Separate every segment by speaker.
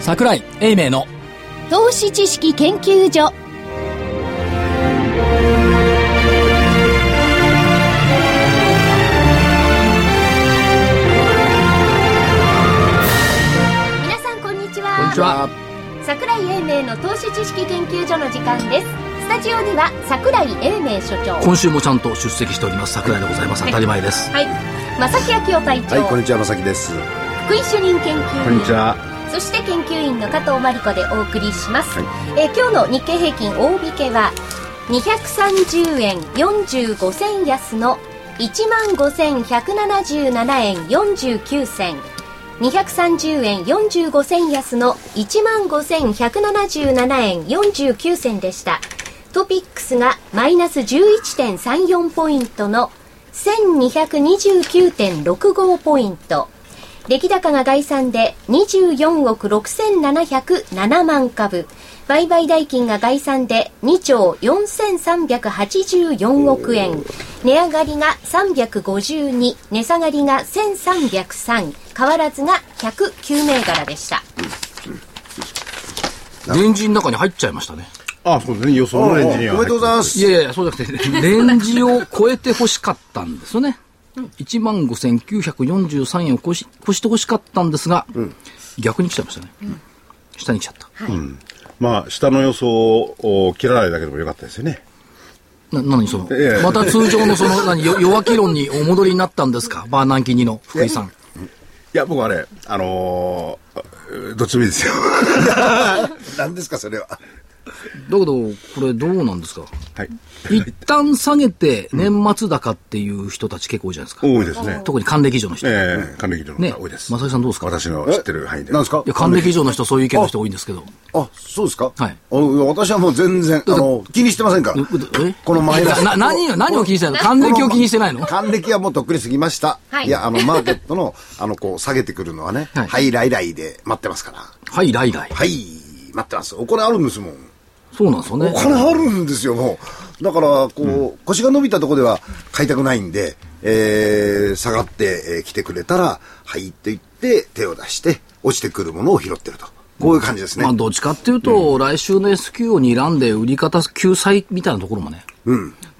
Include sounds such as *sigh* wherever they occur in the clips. Speaker 1: 桜井英明の
Speaker 2: 投資知識研究所皆さんこんにちは
Speaker 1: こんにちは
Speaker 2: 桜井英明の投資知識研究所の時間ですスタジオには桜井英明所長
Speaker 1: 今週もちゃんと出席しております桜井でございます当たり前です
Speaker 2: はい正木昭夫会長、
Speaker 3: はいこんにちはまさきです
Speaker 2: 福井主任研究員
Speaker 3: は
Speaker 2: そして研究員の加藤真理子でお送りします、
Speaker 3: は
Speaker 2: えー今日の日経平均大引けは230円45銭安の15,177円49銭230円45銭安の15,177円49銭でしたトピックスがマイナス11.34ポイントの1229.65ポイント出来高が概算で24億6707万株売買代金が概算で2兆4384億円値上がりが352値下がりが1303変わらずが109銘柄でした
Speaker 1: レンジの中に入っちゃいましたね
Speaker 4: あ、そうですね。予想
Speaker 3: お
Speaker 4: の
Speaker 3: め
Speaker 4: エンジニ
Speaker 3: で
Speaker 4: ア。
Speaker 3: とうございます
Speaker 1: いやいやいやそうじゃなくてレンジを超えて欲しかったんですよね1万5943円を越し越して欲しかったんですが、逆に来ちゃいましたね、下に来ちゃった
Speaker 2: はい、
Speaker 4: まあ、下の予想を切らないだけでもよかったですよね。
Speaker 1: な何その、
Speaker 4: ええ
Speaker 1: また通常のその何よ弱気論にお戻りになったんですかバーナンキニの福井さん
Speaker 4: いや、僕はね、あのーどっちでもいいですよ。
Speaker 3: 何ですかそれは
Speaker 1: だけどこれどうなんですか
Speaker 4: *laughs* はい。
Speaker 1: 一旦下げて年末高っていう人たち結構多いじゃないですか。
Speaker 4: 多いですね。
Speaker 1: 特に還暦以上の人。ね。
Speaker 4: ええ還暦以上の方が多いです。
Speaker 1: まさきさんどうですか
Speaker 4: 私の知ってる範囲で。
Speaker 3: 何ですか
Speaker 1: いや、還暦以上の人そういう意見の人多いんですけど。
Speaker 3: あそうですか
Speaker 1: はい
Speaker 3: あ私はもう全然あの気にしてませんから
Speaker 1: え
Speaker 3: このマイナス
Speaker 1: な、何を、何を気にしてないの還暦を気にしてないの
Speaker 3: 還暦はもうとっくに過ぎました、
Speaker 2: はい
Speaker 3: いやあのマーケットのあのこう下げてくるのはね
Speaker 1: はい
Speaker 3: はい来来で待ってますから
Speaker 1: はい、来来。
Speaker 3: はい待ってますお金あるんですもん
Speaker 1: そうなんですよね
Speaker 3: お。金あるんですよもうだからこう、腰が伸びたところでは買いたくないんで、えー下がって、えー来てくれたらはいって言って手を出して落ちてくるものを拾ってるとこういう感じですね、
Speaker 1: まあ、どっちかっていうと、来週の S q を睨んで売り方救済みたいなところもね、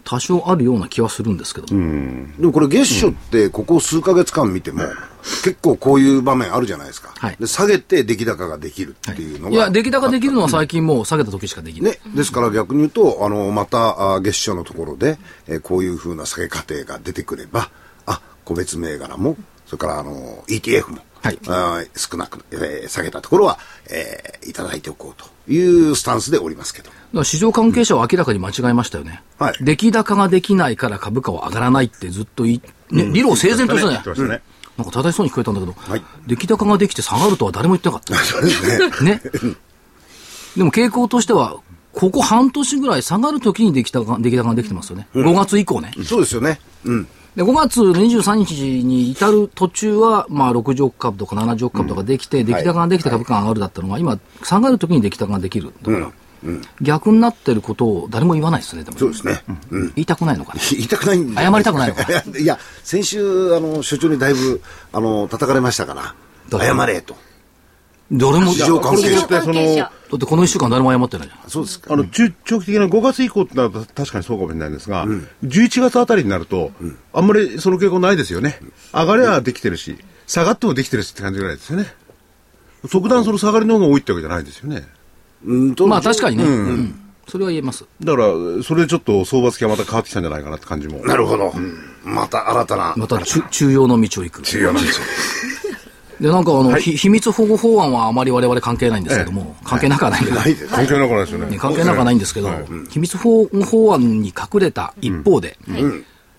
Speaker 1: 多少あるような気はするんですけど。
Speaker 3: でもこれ月初ってここ数ヶ月間見ても、結構こういう場面あるじゃないですか、
Speaker 1: はい
Speaker 3: で下げて出来高ができるっていうのが、
Speaker 1: いや、出来高できるのは最近もう下げた時しかできない。
Speaker 3: ね、ですから逆に言うと、あの、また、あ月初のところで、えーこういうふうな下げ過程が出てくれば、あ、個別銘柄も、それから、あの、ETF も、
Speaker 1: はい
Speaker 3: あー少なく、えー下げたところは、えーいただいておこうというスタンスでおりますけど。 *laughs*
Speaker 1: だから市場関係者は明らかに間違えましたよね、
Speaker 3: はい
Speaker 1: 出来高ができないから株価は上がらないってずっと言い、ね理論整然としてね
Speaker 4: 言ってましたね。
Speaker 1: なんか正しそうに聞こえたんだけど、
Speaker 3: はい
Speaker 1: 出来高ができて下がるとは誰も言ってなか
Speaker 3: *laughs*
Speaker 1: っ
Speaker 3: そうですね。
Speaker 1: た、ね、でも傾向としては、ここ半年ぐらい下がるときに出来高が出来高ができてますよね、5月以降ね。
Speaker 3: そうですよね。うん。
Speaker 1: で5月23日に至る途中は、まあ、60億株とか70億株とかできて、出来高ができて株価が上がるだったのが、今、下がるときに出来高ができるだから、逆になってることを誰も言わないですね、でも
Speaker 3: そうですね。うん。
Speaker 1: 言いたくないのかね。
Speaker 3: 言いたくないんで
Speaker 1: 謝りたくないのか
Speaker 3: *laughs* いや、先週、あの、所長にだいぶ、あの、叩かれましたから
Speaker 1: だ、って
Speaker 3: 謝れと。
Speaker 1: どれも、
Speaker 3: 市場
Speaker 1: だ
Speaker 3: 関係者
Speaker 4: これで言ってその
Speaker 1: ってこの1週間誰も謝ってないじゃん。
Speaker 3: そうですか。
Speaker 4: あの中長期的な5月以降ってなると確かにそうかもしれないんですが、11月あたりになると、あんまりその傾向ないですよね、上がりはできてるし、下がってもできてるしって感じぐらいですよね、即段その下がりの方が多いってわけじゃないですよね、
Speaker 3: うんと
Speaker 1: まあ確かにね、うんそれは言えます。
Speaker 4: だからそれでちょっと相場付きはまた変わってきたんじゃないかなって感じも、
Speaker 3: なるほど。また新たな。
Speaker 1: また中中央の道を行く。
Speaker 3: 重要なんですよ。
Speaker 1: で、なんかあの、ひ秘密保護法案はあまり我々関係ないんですけども、関係なくはないんだけど
Speaker 3: ないです。
Speaker 4: 関係なくないですよね、
Speaker 1: *laughs* ね関係なくはないんですけど、秘密保護法案に隠れた一方で、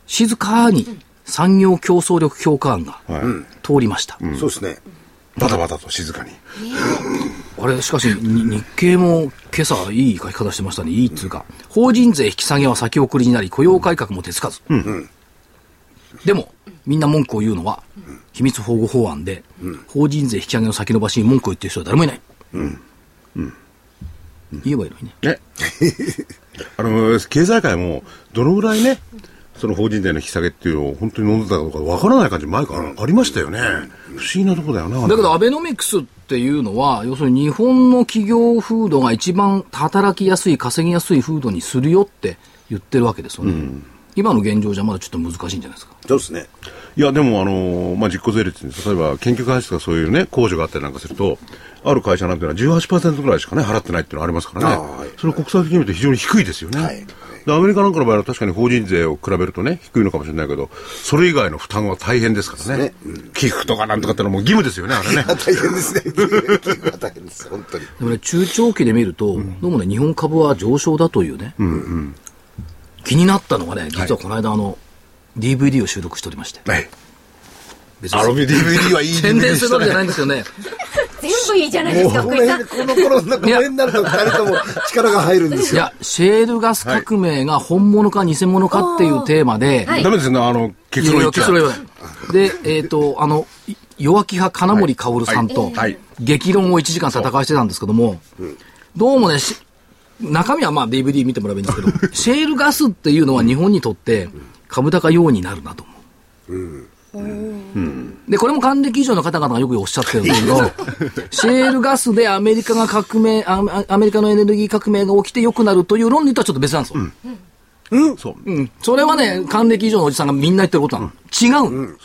Speaker 1: 静かに産業競争力強化案が
Speaker 4: はい
Speaker 1: 通りました。
Speaker 3: そうですね。
Speaker 4: バタバタと静かに、
Speaker 1: あれ、しかし、に日経も今朝いい書き方してましたね。いいっつうか、法人税引き下げは先送りになり、雇用改革も手つかず。でも、みんな文句を言うのは、秘密保護法案で、法人税引き上げの先延ばしに文句を言ってる人は誰もいない。言えばいいのにね。
Speaker 4: ね、あの経済界もどのぐらいね、その法人税の引き下げっていうのを本当に飲んでたかどうかわからない感じ、前からありましたよね、不思議なとこだよな。
Speaker 1: だけど、アベノミクスっていうのは、要するに日本の企業風土が一番働きやすい、稼ぎやすい風土にするよって言ってるわけですよね。今の現状じゃまだちょっと難しいんじゃないですか。
Speaker 3: そうですね。
Speaker 4: いや、でも、あのまあ、実行税率に、例えば研究開発とかそういうね、控除があったりなんかすると、ある会社なんていうのは18%ぐらいしかね、払ってないっていうのはありますからね。
Speaker 3: あーはい
Speaker 4: それ国際的に見ると非常に低いですよね。
Speaker 3: はい
Speaker 4: でアメリカなんかの場合は確かに法人税を比べるとね、低いのかもしれないけど、それ以外の負担は大変ですからね。寄付とかなんとかってのはもう義務ですよね、あれね。
Speaker 3: 大変です *laughs* ね。大変です、本当に。
Speaker 1: でもね、中長期で見ると、どうもね、日本株は上昇だというね、気になったのがね、実はこの間、あの、DVD を収録しておりまして、
Speaker 4: はい。
Speaker 1: 別
Speaker 4: アロ
Speaker 1: に
Speaker 4: ビ DVD はいい
Speaker 1: 宣伝するわけ *laughs* じゃない
Speaker 4: い。
Speaker 1: んですよね。
Speaker 2: 全部いいじゃない *laughs* ですか、
Speaker 3: こ
Speaker 2: 福
Speaker 3: の
Speaker 2: 井さん
Speaker 3: 辺、。この頃のこの辺になると二人とも力が入るんです
Speaker 1: い
Speaker 3: よ。
Speaker 1: や、シェールガス革命が本物か偽物かっていうテーマで、
Speaker 2: はい
Speaker 4: ダメですね、あの、結論言っちゃ
Speaker 1: 結論言わないで、えっ、と、あの、い弱気派金森薫さん
Speaker 4: は
Speaker 1: と
Speaker 4: いはい、
Speaker 1: 激論を1時間戦わしてたんですけども、どうもね、し中身はまあ DVD 見てもらえばいいんです
Speaker 4: *laughs*
Speaker 1: けど、シェールガスっていうのは日本にとって株高要因になるなと思う。で、これも還暦以上の方々がよくおっしゃってるんですけど、シェールガスでアメリカが革命、ああアメリカのエネルギー革命が起きて良くなるという論理とはちょっと別なんですよ。
Speaker 4: そう。
Speaker 1: うんそれはね、還暦以上のおじさんがみんな言ってることなの。違うん、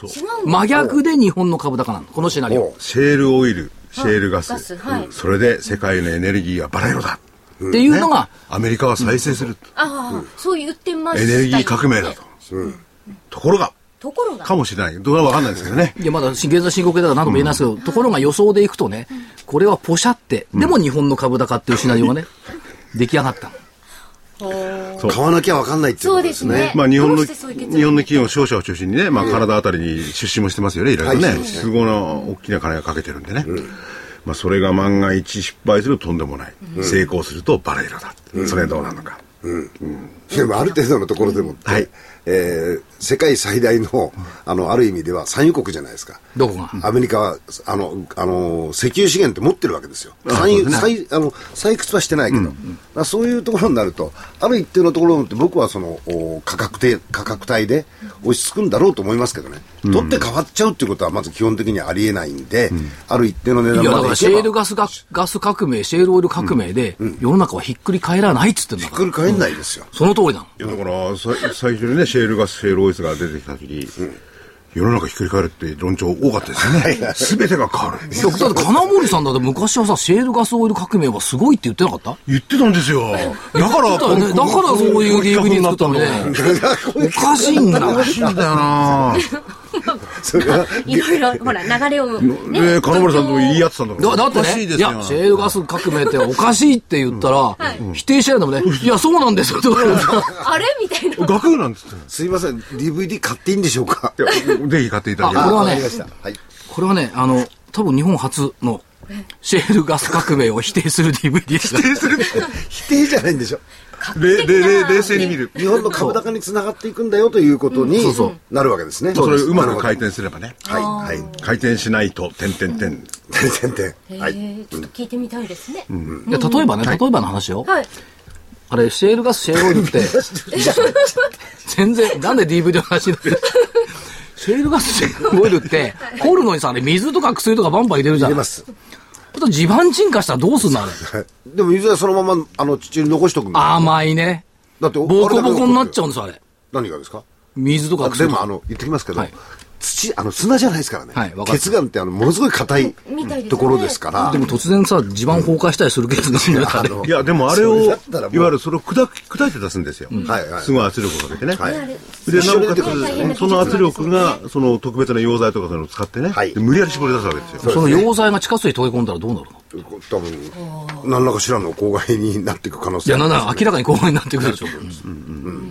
Speaker 1: 真逆で日本の株高なの。このシナリオ。
Speaker 4: シェールオイル、シェールガス。
Speaker 2: ガスはい
Speaker 4: それで世界のエネルギーはバラ色だ。
Speaker 1: っていうのが、
Speaker 4: アメリカは再生する。
Speaker 2: ああ、そう言ってました
Speaker 4: エ
Speaker 2: よね
Speaker 4: ネルギー革命だと。ところが、
Speaker 2: ところが
Speaker 4: かもしれない。どうかわかんないですけどね。
Speaker 1: いやまだ現在進行形だから何とも言えないですけど、ところが予想でいくとね、これはポシャって、でも日本の株高っていうシナリオがね、出来上がったの。
Speaker 3: 買わなきゃわかんないっていうことです
Speaker 2: そうですね
Speaker 3: ね。
Speaker 4: まあ日本
Speaker 2: ど
Speaker 4: の、
Speaker 2: うして
Speaker 4: 日
Speaker 2: そういう
Speaker 4: 本
Speaker 2: 結論
Speaker 4: の企業、商社を中心にね、まあカナダあたりに出資もしてますよね、いろいろ
Speaker 3: は
Speaker 4: ね。
Speaker 3: い
Speaker 4: 都合の大きな金がかけてるんでね。まあそれが万が一失敗するととんでもない。成功するとバラ色だ。それどうなのか。
Speaker 3: でもある程度のところでもって、
Speaker 4: はい
Speaker 3: えー世界最大の、あの、ある意味では産油国じゃないですか。
Speaker 1: どこが。
Speaker 3: アメリカは、あの、あの、石油資源って持ってるわけですよ。
Speaker 4: あ
Speaker 3: 採
Speaker 4: そうです
Speaker 3: 採あの採掘はしてないけど、だからそういうところになると、ある一定のところって僕はその、お価格で、価格帯で落ち着くんだろうと思いますけどね。取って変わっちゃうっていうことはまず基本的にありえないんで、ある一定の値
Speaker 1: い
Speaker 3: 段
Speaker 1: や
Speaker 3: ま
Speaker 1: だ
Speaker 3: で
Speaker 1: から
Speaker 3: い
Speaker 1: シェ
Speaker 3: け
Speaker 1: ール
Speaker 3: ば、
Speaker 1: ガスがガス革命、シェールオイル革命で、世の中はひっくり返らないっつってんだ
Speaker 3: ひっ
Speaker 1: から。
Speaker 3: くり返んないですよ。
Speaker 1: その通りなの。
Speaker 4: いやだからさ最初にねシェールガスシェールオイスが出てきた時に、世の中ひっくり返るって論調多かったですよね全てが変わる
Speaker 1: いやだって金森さんだって昔はさ、シェールガスオイル革命はすごいって言ってなかった
Speaker 4: 言ってたんですよだから
Speaker 1: だからねだからそういう DVD 作ったのねおかしいんだ
Speaker 4: おかしいんだよな
Speaker 3: それはい
Speaker 2: ろいろ、ほら、流れを、ね。
Speaker 4: ね金森さんとも言い合ってたんだから
Speaker 1: だだっ
Speaker 4: おか
Speaker 1: て
Speaker 4: し
Speaker 1: ね、
Speaker 4: い
Speaker 1: い
Speaker 4: ですよ
Speaker 1: や、シェールガス革命っておかしいって言ったら、否定しないのもね、いや、そうなんですよ、とか言うから
Speaker 2: あれみたいな。
Speaker 4: 学芸なんつって
Speaker 3: すいません、DVD 買っていいんでしょうか
Speaker 4: ぜひ買っていただけれ
Speaker 1: あこれ
Speaker 4: ば
Speaker 1: はね
Speaker 3: わかりました。 *laughs* はい。
Speaker 1: これはね、あの、多分日本初の、シェールガス革命を否定する DVD ですから。
Speaker 3: 否定じゃないんでしょ。
Speaker 4: れれれ冷静に見る
Speaker 3: 日本の株高につながっていくんだよということに
Speaker 1: そうそう
Speaker 3: なるわけですね。
Speaker 4: それをうまく回
Speaker 3: い。
Speaker 4: 転すればね
Speaker 3: はい、はい。
Speaker 4: 回転しないと点点点
Speaker 3: てんてんてん。はい。
Speaker 2: えーちょっと聞いてみたいですね。
Speaker 1: いや例えばね、例えばの話よ。
Speaker 2: はい。
Speaker 1: あれ、シェールガス、シェールオイルって、全然、なんで DVD の話になってるシェールガス、シェールオイルって、掘るのにさ、あれ、水とか薬とかバンバン入れるじゃん。
Speaker 3: 出ます。
Speaker 1: あと地盤沈下したらどうすんのあれ。
Speaker 3: はいでも水はそのまま、あの、地中に残しとくんだよ
Speaker 1: 甘いね。
Speaker 3: だって
Speaker 1: ボコボコになっちゃうん
Speaker 3: う。
Speaker 1: ですよ、あれ。
Speaker 3: 何がですか
Speaker 1: 水とか
Speaker 3: で
Speaker 1: 薬と
Speaker 3: も、
Speaker 1: か
Speaker 3: あの、言ってきますけど
Speaker 1: はい、
Speaker 3: 土、あの、砂じゃないですからね。
Speaker 1: はいわかる
Speaker 3: 鉄岩って、あの、ものすごい硬い
Speaker 2: みたいですね
Speaker 3: ところですから。
Speaker 1: でも突然さ、地盤崩壊したりするケースなんだ *laughs* よ、あれ。
Speaker 3: あの
Speaker 4: いや、でもあれ
Speaker 3: それ
Speaker 4: を、い
Speaker 3: だ
Speaker 4: わ
Speaker 3: ったらもう
Speaker 4: ゆるそれを砕き砕いて出すんですよ。
Speaker 3: はいはい
Speaker 4: すごい圧力をかけてね。
Speaker 3: はい
Speaker 4: で、なおか
Speaker 3: それで大
Speaker 2: 変な
Speaker 4: つ、その圧
Speaker 2: 技
Speaker 4: 力
Speaker 2: 術なんです
Speaker 4: が、その特別な溶剤とかそういうのを使ってね、
Speaker 3: はい
Speaker 4: で無理やり絞り出すわけですよ。
Speaker 1: その溶剤が地下水に溶け込んだらどうなるの
Speaker 3: 多分、何らかしらの公害になっていく可能
Speaker 1: い
Speaker 3: 性
Speaker 1: や、なんな
Speaker 3: あり
Speaker 1: ら明らかに後半になってくるでしょ。うん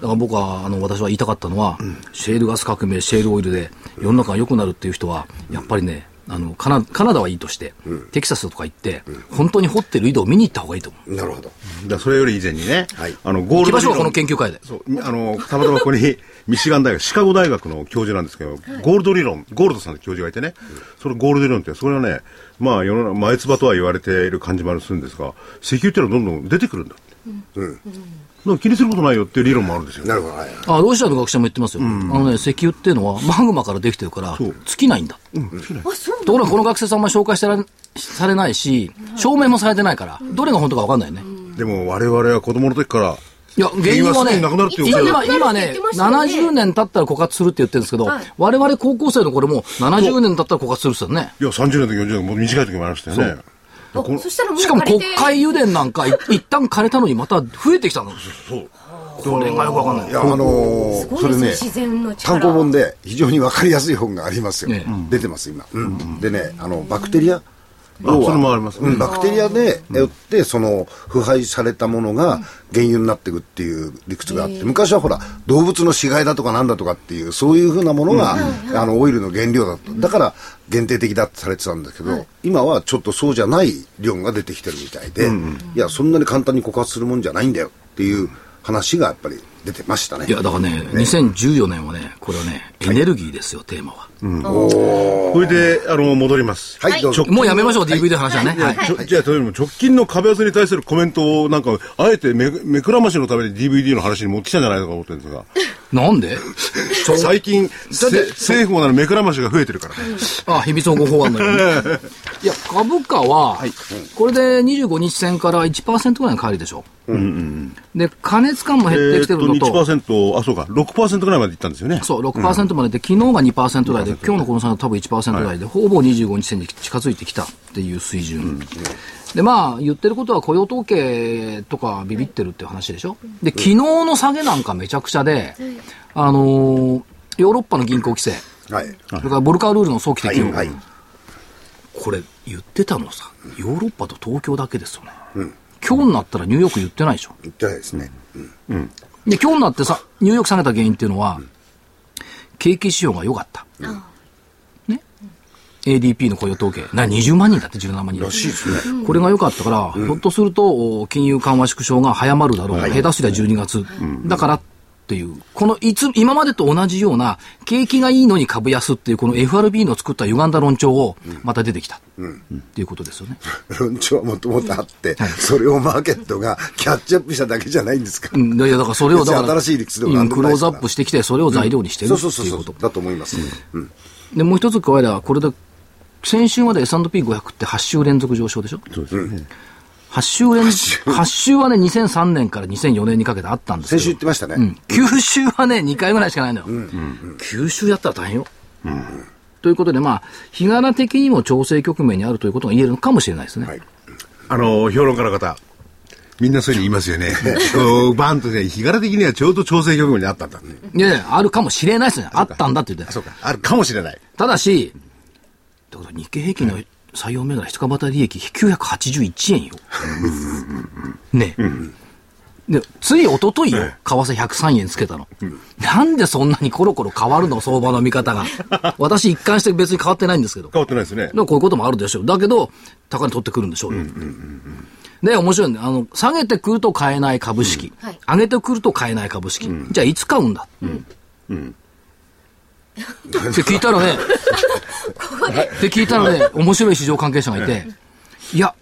Speaker 1: だから僕は、あの、私は言いたかったのは、シェールガス革命、シェールオイルで世の中が良くなるっていう人は、やっぱりね、あの、カナカナダはいいとして、テキサスとか行って、本当に掘ってる井戸を見に行った方がいいと思う。
Speaker 3: ますねなるほど。
Speaker 4: だからそれより以前にね、
Speaker 3: はい
Speaker 4: あの、ゴ
Speaker 1: 行
Speaker 4: ール
Speaker 1: き
Speaker 4: ド
Speaker 1: ま
Speaker 4: 理
Speaker 1: しょう、
Speaker 4: 論
Speaker 1: この研究会で。
Speaker 4: そう、あの、たまたまここに、 *laughs* ミシガン大学、シカゴ大学の教授なんですけど、ゴールド理論、ゴールドさんの教授がいてね、そのゴールド理論って、それはね、まあ、世の中、前唾とは言われている感じもあるするんですが、石油っていうのはどんどん出てくるんだって。だから気にすることないよっていう理論もあるんですよ。
Speaker 3: なるほど。はい。
Speaker 1: あロシアの学者も言ってますよ、あのね、石油っていうのはマグマからできてるから、
Speaker 4: そう
Speaker 1: 尽きないんだ。
Speaker 2: あ、そう
Speaker 1: ところ
Speaker 2: なの
Speaker 1: がこの学生さんは紹介してらされないし、証明もされてないから、どれが本当か分かんないよね。
Speaker 4: でも我々は子供の時から、
Speaker 1: いや、原因は
Speaker 4: 原因はすで
Speaker 1: ね、
Speaker 4: になくなるっていう
Speaker 1: 今
Speaker 4: こと
Speaker 1: 今
Speaker 2: だよ
Speaker 1: 今
Speaker 2: なくなるっ
Speaker 1: ね
Speaker 2: て言ってましたよ
Speaker 1: 70
Speaker 2: ね
Speaker 1: 年経ったら枯渇するって言ってるんですけど、
Speaker 2: はい
Speaker 1: 我々高校生の頃も70年経ったら枯渇するっすよね。
Speaker 4: いや、30年とか40年とかもう短い時もありましたよね。
Speaker 2: あそしたらもう
Speaker 1: しかも
Speaker 2: 借り
Speaker 1: 国
Speaker 2: て
Speaker 1: 会油田なんかい *laughs* 一旦枯れたのにまた増えてきたの。これがよくわかんない
Speaker 3: い。や、あのー
Speaker 2: ごい
Speaker 3: それね
Speaker 2: ですね自然の、力
Speaker 3: 単行本で非常にわかりやすい本がありますよ
Speaker 1: ええ。
Speaker 3: 出てます、今。うんでね、あの、バクテリア
Speaker 4: あそれもありますね
Speaker 3: うんバクテリアでよって、その、腐敗されたものが原油になっていくっていう理屈があって、昔はほら、動物の死骸だとかなんだとかっていう、そういうふうなものが、あの、オイルの原料だと。だから、限定的だってされてたんだけど、今はちょっとそうじゃない量が出てきてるみたいで、いや、そんなに簡単に枯渇するもんじゃないんだよっていう話がやっぱり出てましたね。
Speaker 1: いや、だからね、2014年はね、これはね、エネルギーですよ、テーマは。
Speaker 4: これで、あの、戻ります。
Speaker 3: はい、どうぞ。
Speaker 1: もうやめましょう、DV で話はね。はい
Speaker 4: ちょじゃあ、例えば直近の壁厚に対するコメントを、なんか、あえてめ目くらましのために DVD の話に持ってきたんじゃないかと思ってるんですが、
Speaker 1: なんで
Speaker 4: 最近、せ政府もなの目くらましが増えてるからね。
Speaker 1: あ、秘密保護法案だよね。いや、株価は、これで25日線から1%ぐらいの帰りでしょ。で、加熱感も減ってきてるの
Speaker 4: えーっ
Speaker 1: と、
Speaker 4: と、1%、あ、そうか、6%ぐらいまでいったんですよね。
Speaker 1: そう、6%までで、昨日が2%台で、今日のこの差は多分1%台で、ほぼ25日線に近づいてきたっていう水準。で、まあ、言ってることは雇用統計とかビビってるっていう話でしょ。で、昨日の下げなんかめちゃくちゃで、あのーヨーロッパの銀行規制、
Speaker 3: はい。
Speaker 1: それからボルカールールの早期
Speaker 3: は
Speaker 1: 適
Speaker 3: い、
Speaker 1: 用、
Speaker 3: はい。
Speaker 1: これ言ってたのさヨーロッパと東京だけですよね、今日になったらニューヨーク言ってないでしょ
Speaker 3: 言ってないですね。
Speaker 1: で今日になってさニューヨーク下げた原因っていうのは、景気指標が良かった、ね ADP の雇用統計な20万人だって17万人らしいですねこれが良かったから、ひょっとするとお金融緩和縮小が早まるだろう、下手すりゃ12月、だからっていうこのいつ今までと同じような景気がいいのに株安っていうこの FRB の作った歪んだ論調をまた出てきたっていうことですよね、
Speaker 3: 論調はもともとあって、それをマーケットがキャッチアップしただけじゃないんですか。
Speaker 1: うん、いやいやだからそれをだから
Speaker 3: 別に新しい理屈でも何でも
Speaker 1: ク
Speaker 3: な
Speaker 1: ロー
Speaker 3: いです
Speaker 1: ズ
Speaker 3: か
Speaker 1: ア
Speaker 3: ら
Speaker 1: ップしてきてそれを材料にしてる
Speaker 3: そ
Speaker 1: って
Speaker 3: うそうそう
Speaker 1: いう
Speaker 3: そ
Speaker 1: こ
Speaker 3: う
Speaker 1: と、
Speaker 3: だと思いますね。うん
Speaker 1: でもう一つ加えればこれで先週まで S&P500 って8週連続上昇でしょそうですね8週連8週はね2003年から2004年にかけてあったんですけ
Speaker 3: 先
Speaker 1: ど
Speaker 3: 週言ってましたね。
Speaker 1: うん、九州はね、2回ぐらいしかないのよ。九州やったら大変よ。ということで、まあ、日柄的にも調整局面にあるということが言えるのかもしれないですね。
Speaker 3: はい。
Speaker 4: あの、評論家の方。みん *laughs* なそういうふうに言いますよね。こうバンとね、日柄的にはちょうど調整局面にあったんだって。
Speaker 1: いやいやあるかもしれないですね。あったんだって言って
Speaker 4: あ。そうか、あるかもしれない。
Speaker 1: ただし、だから日経平均の採用銘柄、一株当たり利益981円よ。ねえ。で、つい一昨日よ、為替103円つけたの。なんでそんなにコロコロ変わるの、相場の見方が。私一貫して別に変わってないんですけど。
Speaker 4: 変わってないですね
Speaker 1: で。もこういうこともあるでしょう。だけど、高値取ってくるんでしょうよ。で、面白いね。あの、下げてくると買えない株式。
Speaker 2: うんはい
Speaker 1: 上げてくると買えない株式。じゃあ、いつ買うんだ、 *laughs* って聞いたらね、って聞いたらね、面白い市場関係者がいて、いや、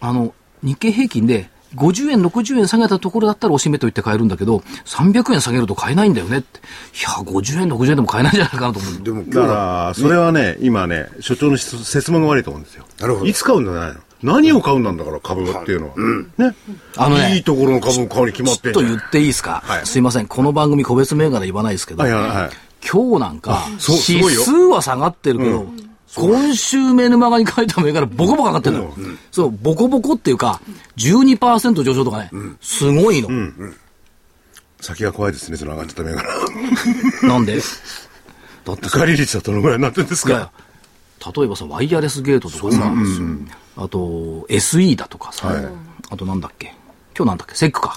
Speaker 1: あの、日経平均で、50円、60円下げたところだったらおしめと言って買えるんだけど、300円下げると買えないんだよねって。いや、50円、60円でも買えないんじゃないかなと思う。
Speaker 3: でも今日
Speaker 4: だか
Speaker 3: は、
Speaker 4: ら、それはね、今ね、所長の質説問が悪いと思うんですよ。
Speaker 3: なるほど
Speaker 4: いつ買うんじゃないの何を買うんなんだから、株っていうのは。ね。
Speaker 1: あのね
Speaker 4: いいところの株を買うに決まっ
Speaker 1: ちょ
Speaker 4: て
Speaker 1: っ
Speaker 4: んじ
Speaker 1: と
Speaker 4: ゃない
Speaker 1: 言っていいですか、
Speaker 4: はい
Speaker 1: すいません、この番組、個別銘柄言わないですけど、
Speaker 4: はいはいはい。
Speaker 1: 今日なんか、
Speaker 4: そうす
Speaker 1: 指
Speaker 4: ごいよ
Speaker 1: 数は下がってるけど、今週、メルマガに書いた銘柄、ボコボコ上がってるのよ、そう、ボコボコっていうか、12%上昇とかね、すごいの、
Speaker 4: 先が怖いですね、その上がっちゃった銘柄。
Speaker 1: なんで、
Speaker 4: だって、借り率はどのぐらいになってるんです
Speaker 1: いやいや
Speaker 4: か
Speaker 1: 例えばさ、ワイヤレスゲートとかさ、あと、SE だとかさ、あとなんだっけ、今日なんだっけ、セックか、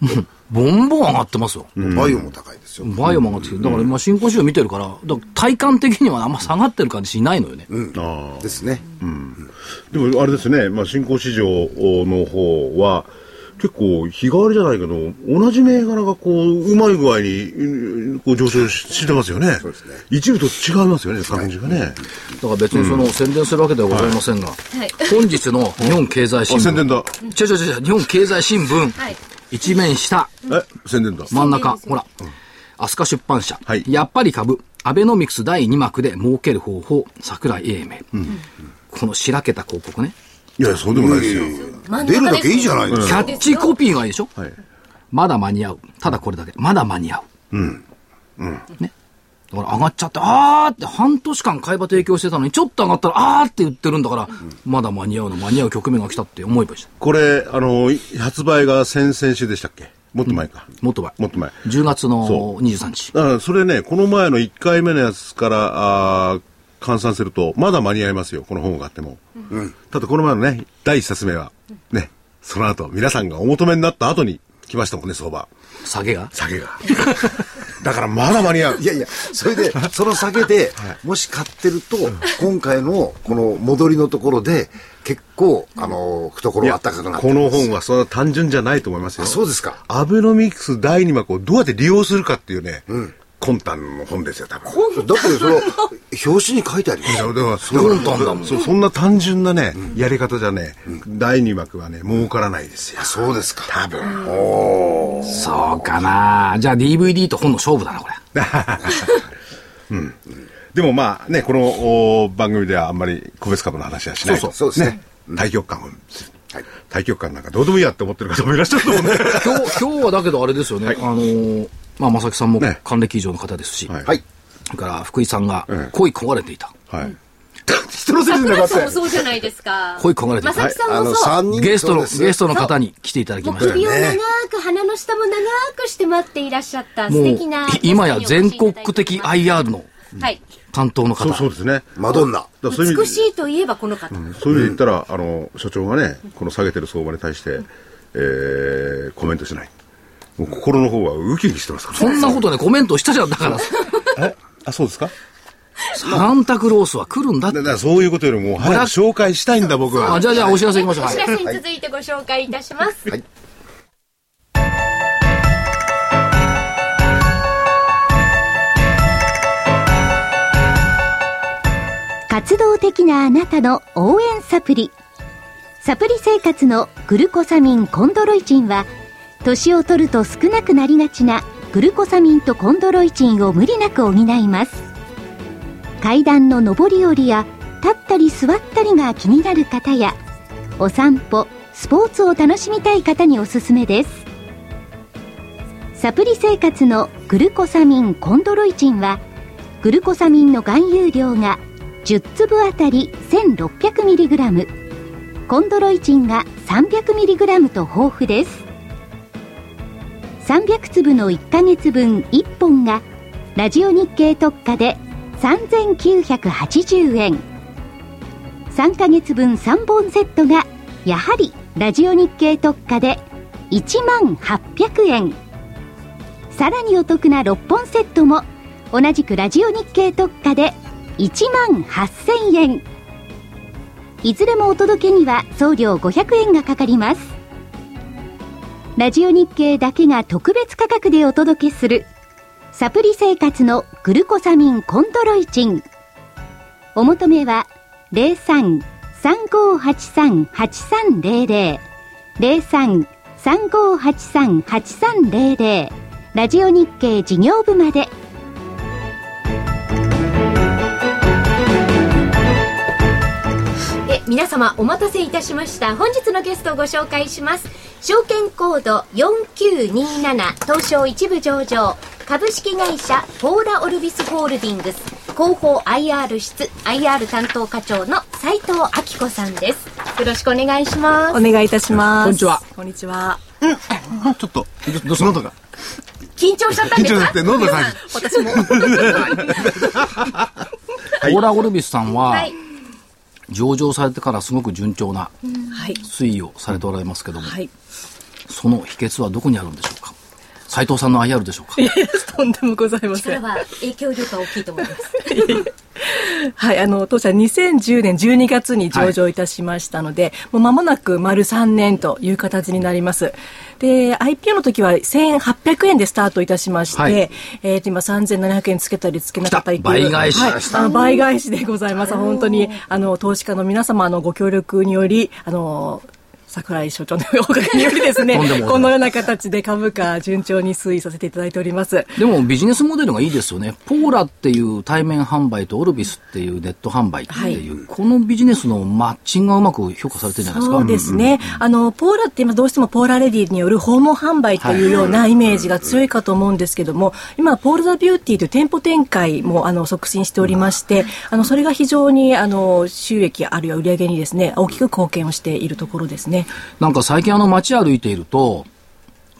Speaker 1: もうボンボン上がってますよ。
Speaker 3: バイオも高いですよ。
Speaker 1: バイオも上がってきてるだから今、新興市場見てるから、だから体感的にはあんま下がってる感じしないのよね。
Speaker 4: あ
Speaker 3: ですね。
Speaker 4: あでも、あれですね、まあ、新興市場の方は、結構日替わりじゃないけど、同じ銘柄がこう、うまい具合にうん、こう上昇ししてますよね。
Speaker 3: そうですね
Speaker 4: 一部と違いますよね、感じがね。
Speaker 1: だから別にその宣伝するわけではございませんが、
Speaker 2: い
Speaker 1: 本日の日本経済新
Speaker 4: あ
Speaker 1: 聞。
Speaker 4: 宣伝だ。
Speaker 1: ちょちょちょ、日本経済新聞、
Speaker 2: はい
Speaker 1: 一面下、
Speaker 4: え、宣伝だ。
Speaker 1: 真ん中、
Speaker 2: 宣伝ですよ
Speaker 1: ほら、飛鳥出版社、
Speaker 4: はい
Speaker 1: やっぱり株、アベノミクス第2幕で儲ける方法、桜井英明。このしらけた広告ね。
Speaker 4: いや、そうでもないですよ。
Speaker 2: 真ん中です
Speaker 3: 出るだけいいじゃないで
Speaker 2: う
Speaker 3: す
Speaker 1: キ
Speaker 3: か。
Speaker 1: ャッチコピーがいいでしょ、
Speaker 4: はい。
Speaker 1: まだ間に合う。ただこれだけ。まだ間に合う。うん。ね。だから上がっちゃって、あーって半年間買い場提供してたのに、ちょっと上がったら、あーって言ってるんだから、まだ間に合うの、間に合う局面が来たって思えばいいじゃん。
Speaker 4: これ、あの、発売が先々週でしたっけもっと前か。
Speaker 1: もっと前。
Speaker 4: もっと前。
Speaker 1: 10月の
Speaker 4: そ
Speaker 1: 23日。
Speaker 4: だからそれね、この前の1回目のやつからあー換算すると、まだ間に合いますよ、この本があっても。ただこの前のね、第1冊目は、ね、その後、皆さんがお求めになった後に来ましたもんね、相場。
Speaker 1: 下げが。
Speaker 4: 下げが。だからまだ間に合う。
Speaker 3: いやいや、それで、その酒で、もし買ってると、今回のこの戻りのところで、結構、あの、懐が暖かくなって
Speaker 4: この本はそんな単純じゃないと思いますよ。
Speaker 3: あそうですか。
Speaker 4: アベノミクス第2幕をどうやって利用するかっていうね、魂胆の本ですよ、多分。
Speaker 3: だってその、表紙に書いてあります
Speaker 4: いや
Speaker 3: よ。
Speaker 4: だからそ
Speaker 3: 魂胆だもん
Speaker 4: そそんな単純なね、やり方じゃね、第2幕はね、儲からないですよ。
Speaker 3: そうですか。
Speaker 4: 多分。
Speaker 1: そうかなじゃあ DVD と本の勝負だな、これ。
Speaker 4: でもまあね、このお番組ではあんまり個別株の話はしないと。
Speaker 3: そうそうそうですね
Speaker 4: 対局観を、対局観なんかどうでもいいやって思ってる方もいらっしゃると思う
Speaker 3: *laughs*
Speaker 4: ね。
Speaker 1: 今日、今日はだけどあれですよね。あのー、まあ、正木さんも
Speaker 4: ね
Speaker 1: 還暦以上の方ですし、
Speaker 4: はい
Speaker 3: はい。
Speaker 1: それから福井さんが
Speaker 4: ええ
Speaker 1: 恋焦がれていた。
Speaker 4: はい。人のせいじゃな
Speaker 2: 桜
Speaker 4: かっ
Speaker 2: 井さんも
Speaker 4: た
Speaker 2: そうじゃないですか。
Speaker 1: 恋焦がれてい
Speaker 2: まさ
Speaker 1: た
Speaker 2: き。さ
Speaker 3: あ
Speaker 2: んも
Speaker 3: の、
Speaker 2: そう。
Speaker 3: 三人
Speaker 1: ゲストの、
Speaker 3: そう
Speaker 1: ゲ
Speaker 3: です
Speaker 1: ストの方に来ていただき
Speaker 2: もう
Speaker 1: ました。
Speaker 2: 首を
Speaker 3: ね
Speaker 2: 長く、鼻の下も長くして待っていらっしゃった素
Speaker 1: もう
Speaker 2: 敵な。、
Speaker 1: 今や全国的 IR の
Speaker 2: はい。
Speaker 1: 担当の方。
Speaker 4: そうそうですね。だか
Speaker 3: マドンナ。
Speaker 4: らそういう意
Speaker 2: 美
Speaker 4: 味
Speaker 2: し
Speaker 4: で、
Speaker 2: いといえばこの方。
Speaker 4: そういう意味で言ったら、あの、所長がね、この下げてる相場に対して、えー、コメントしない。もう心の方はウキウキしてますから。
Speaker 1: そんなことね、コメントしたじゃん。だから、
Speaker 4: えあ、そうですか
Speaker 1: サンタクロースは来るんだって
Speaker 4: だ。からそういうことよりも、早く紹介したいんだ、僕は。
Speaker 1: あ、じゃあじゃあお知らせいきましょう。
Speaker 2: お
Speaker 1: はい
Speaker 2: 知らせに続いてご紹介いたします。
Speaker 3: はい。
Speaker 5: 活動的なあなたの応援サプリ。サプリ生活のグルコサミン、コンドロイチンは、年を取ると少なくなりがちなグルコサミンとコンドロイチンを無理なく補います。階段の上り下りや、立ったり座ったりが気になる方や、お散歩、スポーツを楽しみたい方におすすめです。サプリ生活のグルコサミン、コンドロイチンは、グルコサミンの含有量が10粒あたり 1600mg コンドロイチンが 300mg と豊富です300粒の1ヶ月分1本がラジオ日経特価で3980円3ヶ月分3本セットがやはりラジオ日経特価で1万800円さらにお得な6本セットも同じくラジオ日経特価で1万8000円いずれもお届けには送料500円がかかりますラジオ日経だけが特別価格でお届けするサプリ生活のグルコサミンコントロイチンお求めは03-3583-8300 03-3583-8300ラジオ日経事業部まで
Speaker 2: で皆様お待たせいたしました本日のゲストをご紹介します証券コード4927東証一部上場株式会社ポーラオルビスホールディングス広報 IR 室 IR 担当課長の斉藤明子さんですよろしくお願いしま
Speaker 6: お
Speaker 2: す
Speaker 6: 願いいたします。
Speaker 1: こんにちは。
Speaker 6: こんにちは。
Speaker 4: ちょっと、どうした喉が。
Speaker 2: 緊張し *laughs* ちゃったんです
Speaker 4: 緊張しちゃって喉が痛い
Speaker 2: 私も
Speaker 1: オーラ・オルビスさんは、
Speaker 2: はい
Speaker 1: 上場されてからすごく順調な
Speaker 6: はい。
Speaker 1: 推移をされておられますけども、
Speaker 6: はい。
Speaker 1: その秘訣はどこにあるんでしょうか斉藤さ
Speaker 6: *laughs*
Speaker 1: んの IR でしょうか
Speaker 6: いやとんでもございませ
Speaker 2: 力
Speaker 6: ん。
Speaker 2: は影響力が大きいと思います
Speaker 6: はい、あの、当社2010年12月に上場いたしましたので、もう間もなく丸3年という形になります。で、IPO の時は1800円でスタートいたしまして、
Speaker 1: はい
Speaker 6: えっ、と、今3700円つけたりつけなかったり
Speaker 1: 来た倍返し
Speaker 6: はい、あの倍返しでございます。本当に、あの、投資家の皆様のご協力により、あの、桜井所長のおかげによりですね、
Speaker 1: とんでもございません
Speaker 6: このような形で株価順調に推移させていただいております。
Speaker 1: でもビジネスモデルがいいですよね。ポーラっていう対面販売とオルビスっていうネット販売っていう、このビジネスのマッチングがうまく評価されてるんじゃないですか。
Speaker 6: そうですね、あのポーラって今どうしてもポーラレディによる訪問販売というようなイメージが強いかと思うんですけども今ポール・ザ・ビューティーという店舗展開もあの促進しておりましてあのそれが非常にあの収益あるいは売上にですね大きく貢献をしているところですね。
Speaker 1: なんか最近あの街歩いていると、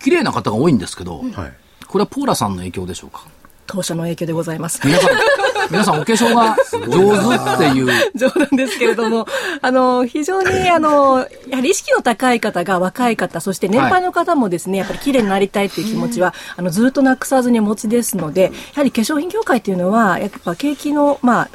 Speaker 1: 綺麗な方が多いんですけど、
Speaker 4: はい。
Speaker 1: これはポーラさんの影響でしょうか。
Speaker 6: 当社の影響でございます。
Speaker 1: 皆さん、 *laughs* 皆さんお化粧が上手っていう。
Speaker 6: *laughs* 冗談ですけれど *laughs* も、あの、非常に、あの、やはり意識の高い方が若い方、そして年配の方もですね、やっぱり綺麗になりたいという気持ちは、あの、ずっとなくさずにお持ちですので、やはり化粧品業界というのは、やっぱ景気の、まあ、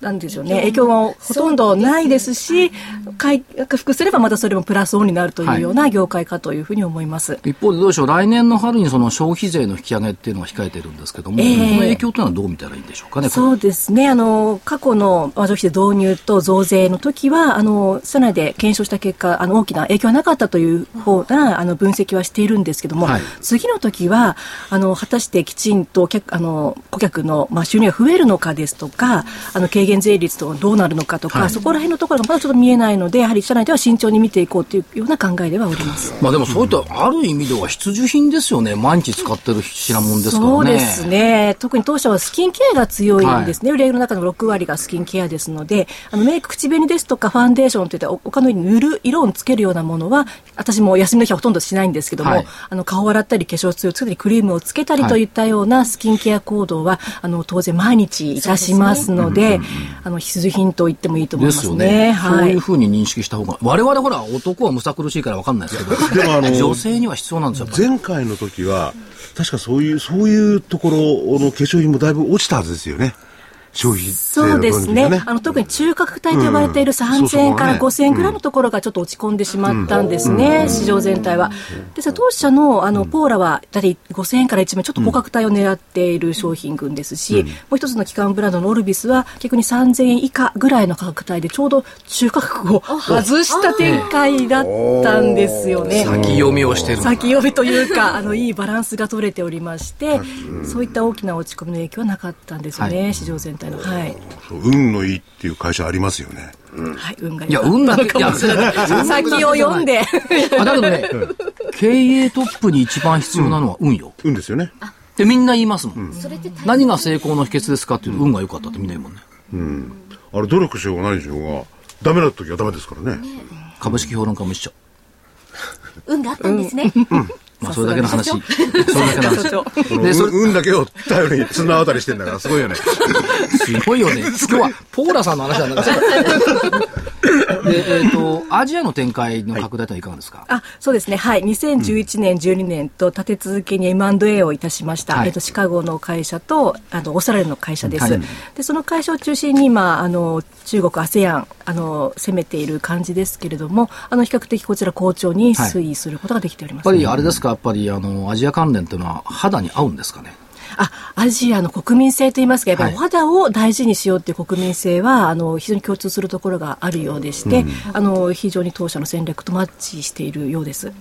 Speaker 6: なんでしょうね影響はほとんどないですし回復すればまたそれもプラスオンになるというような業界かというふうに思います。
Speaker 1: 一方でどうでしょう、来年の春にその消費税の引き上げっていうのが控えてるんですけども、
Speaker 6: ええ
Speaker 1: この影響というのはどう見たらいいんでしょうかね。
Speaker 6: そうですね。あの、過去のまあ消費税導入と増税の時は、あの、社内で検証した結果、あの、大きな影響はなかったという方が、あの、分析はしているんですけども、
Speaker 1: はい
Speaker 6: 次の時は、あの、果たしてきちんとお客、あの、顧客の、まあ、収入が増えるのかですとか、あの、軽減税率とどうなるのかとか、
Speaker 1: はい
Speaker 6: そこら辺のところがまだちょっと見えないので、やはり社内では慎重に見ていこうというような考えではおります。
Speaker 1: まあでもそういったある意味では必需品ですよね。毎日使ってる品物ですからね。
Speaker 6: そうですね。特に当社はスキンケアが強いんですね。売り上げの中の6割がスキンケアですので、あのメイク、口紅ですとかファンデーションといったお他のように塗る、色をつけるようなものは、私も休みの日はほとんどしないんですけども、
Speaker 1: はい
Speaker 6: あの顔を洗ったり、化粧水をつけたり、クリームをつけたりといったようなスキンケア行動は、あの当然毎日いたしますので、あの必需品と言ってもいいと思い
Speaker 1: で
Speaker 6: ますす
Speaker 1: よ
Speaker 6: ね。
Speaker 1: ね。そう。
Speaker 6: はいいう
Speaker 1: ふうに認識した方が。我々ほら、男はむさ苦しいから分かんないです *laughs* けど、
Speaker 4: でもあの
Speaker 1: 女性には必要なんですよ。やっぱり
Speaker 4: 前回の時は、確かそういう、そういうところの化粧品もだいぶ落ちたはずですよね。消費税
Speaker 6: そ
Speaker 4: の
Speaker 6: うで
Speaker 4: 導
Speaker 6: す
Speaker 4: 入が
Speaker 6: ね。あの、特に中核帯と呼ばれている
Speaker 4: そう
Speaker 6: 3000
Speaker 4: そう
Speaker 6: 円から
Speaker 4: ね
Speaker 6: 5000円ぐらいのところがちょっと落ち込んでしまったんですね、市場全体は。ですから当社の、あの、ポーラは、だいたい5000円から1万円、ちょっと高額帯を狙っている商品群ですし、もう一つの基幹ブランドのオルビスは、逆に3000円以下ぐらいの価格帯で、ちょうど中核を外した展開だったんですよね。
Speaker 1: 先読みをしてる。
Speaker 6: 先読みというか、 *laughs* あの、いいバランスが取れておりまして、そういった大きな落ち込みの影響はなかったんですよね、市場全体の。はい。
Speaker 4: そう運のいいっていう会社ありますよね。
Speaker 6: はい、運が
Speaker 1: いや、
Speaker 6: 良かっ
Speaker 1: 運だけ、いや、
Speaker 6: た先を読んで。
Speaker 1: *laughs* あだけど *laughs* ね、経営トップに一番必要なのは運よ。
Speaker 4: 運ですよね。
Speaker 1: ってみんな言いますもん。
Speaker 2: それって大
Speaker 1: 何が成功の秘訣ですかっていうと運が良かったってみんな言うもんね。
Speaker 4: あれ、努力しようが何しようが、ダメな時はダメですからね。
Speaker 1: 株式評論家も一緒。
Speaker 2: 運があったんですね。
Speaker 1: まあ、それだけの話。それだけ
Speaker 6: *laughs*
Speaker 1: の話。
Speaker 4: この
Speaker 1: でそれ
Speaker 4: 運運だけを頼りに綱渡りしてんだから、すごいよね。
Speaker 1: すごい
Speaker 2: *laughs*
Speaker 1: よね。今日はポーラさんの話なんだ
Speaker 2: *laughs*
Speaker 1: から。で、えっ、と、アジアの展開の拡大とはいかがですか、
Speaker 6: あ、そうですね。はい。2011年、12年と立て続けに M&A をいたしました。
Speaker 1: はい
Speaker 6: えっと、シカゴの会社と、あの、オーストラリアの会社です。
Speaker 1: はい
Speaker 6: で、その会社を中心に、今、あの、中国、ASEAN、あの、攻めている感じですけれども、あの、比較的こちら好調に推移することができておりま
Speaker 1: やっ
Speaker 6: す。
Speaker 1: ぱりあれですか、やっぱりあの、アジア関連というのは肌に合うんですかね。
Speaker 6: あアジアの国民性といいますか、やっぱり
Speaker 1: はい
Speaker 6: お肌を大事にしようという国民性は、あの非常に共通するところがあるようでして、あの非常に当社の戦略とマッチしているようです。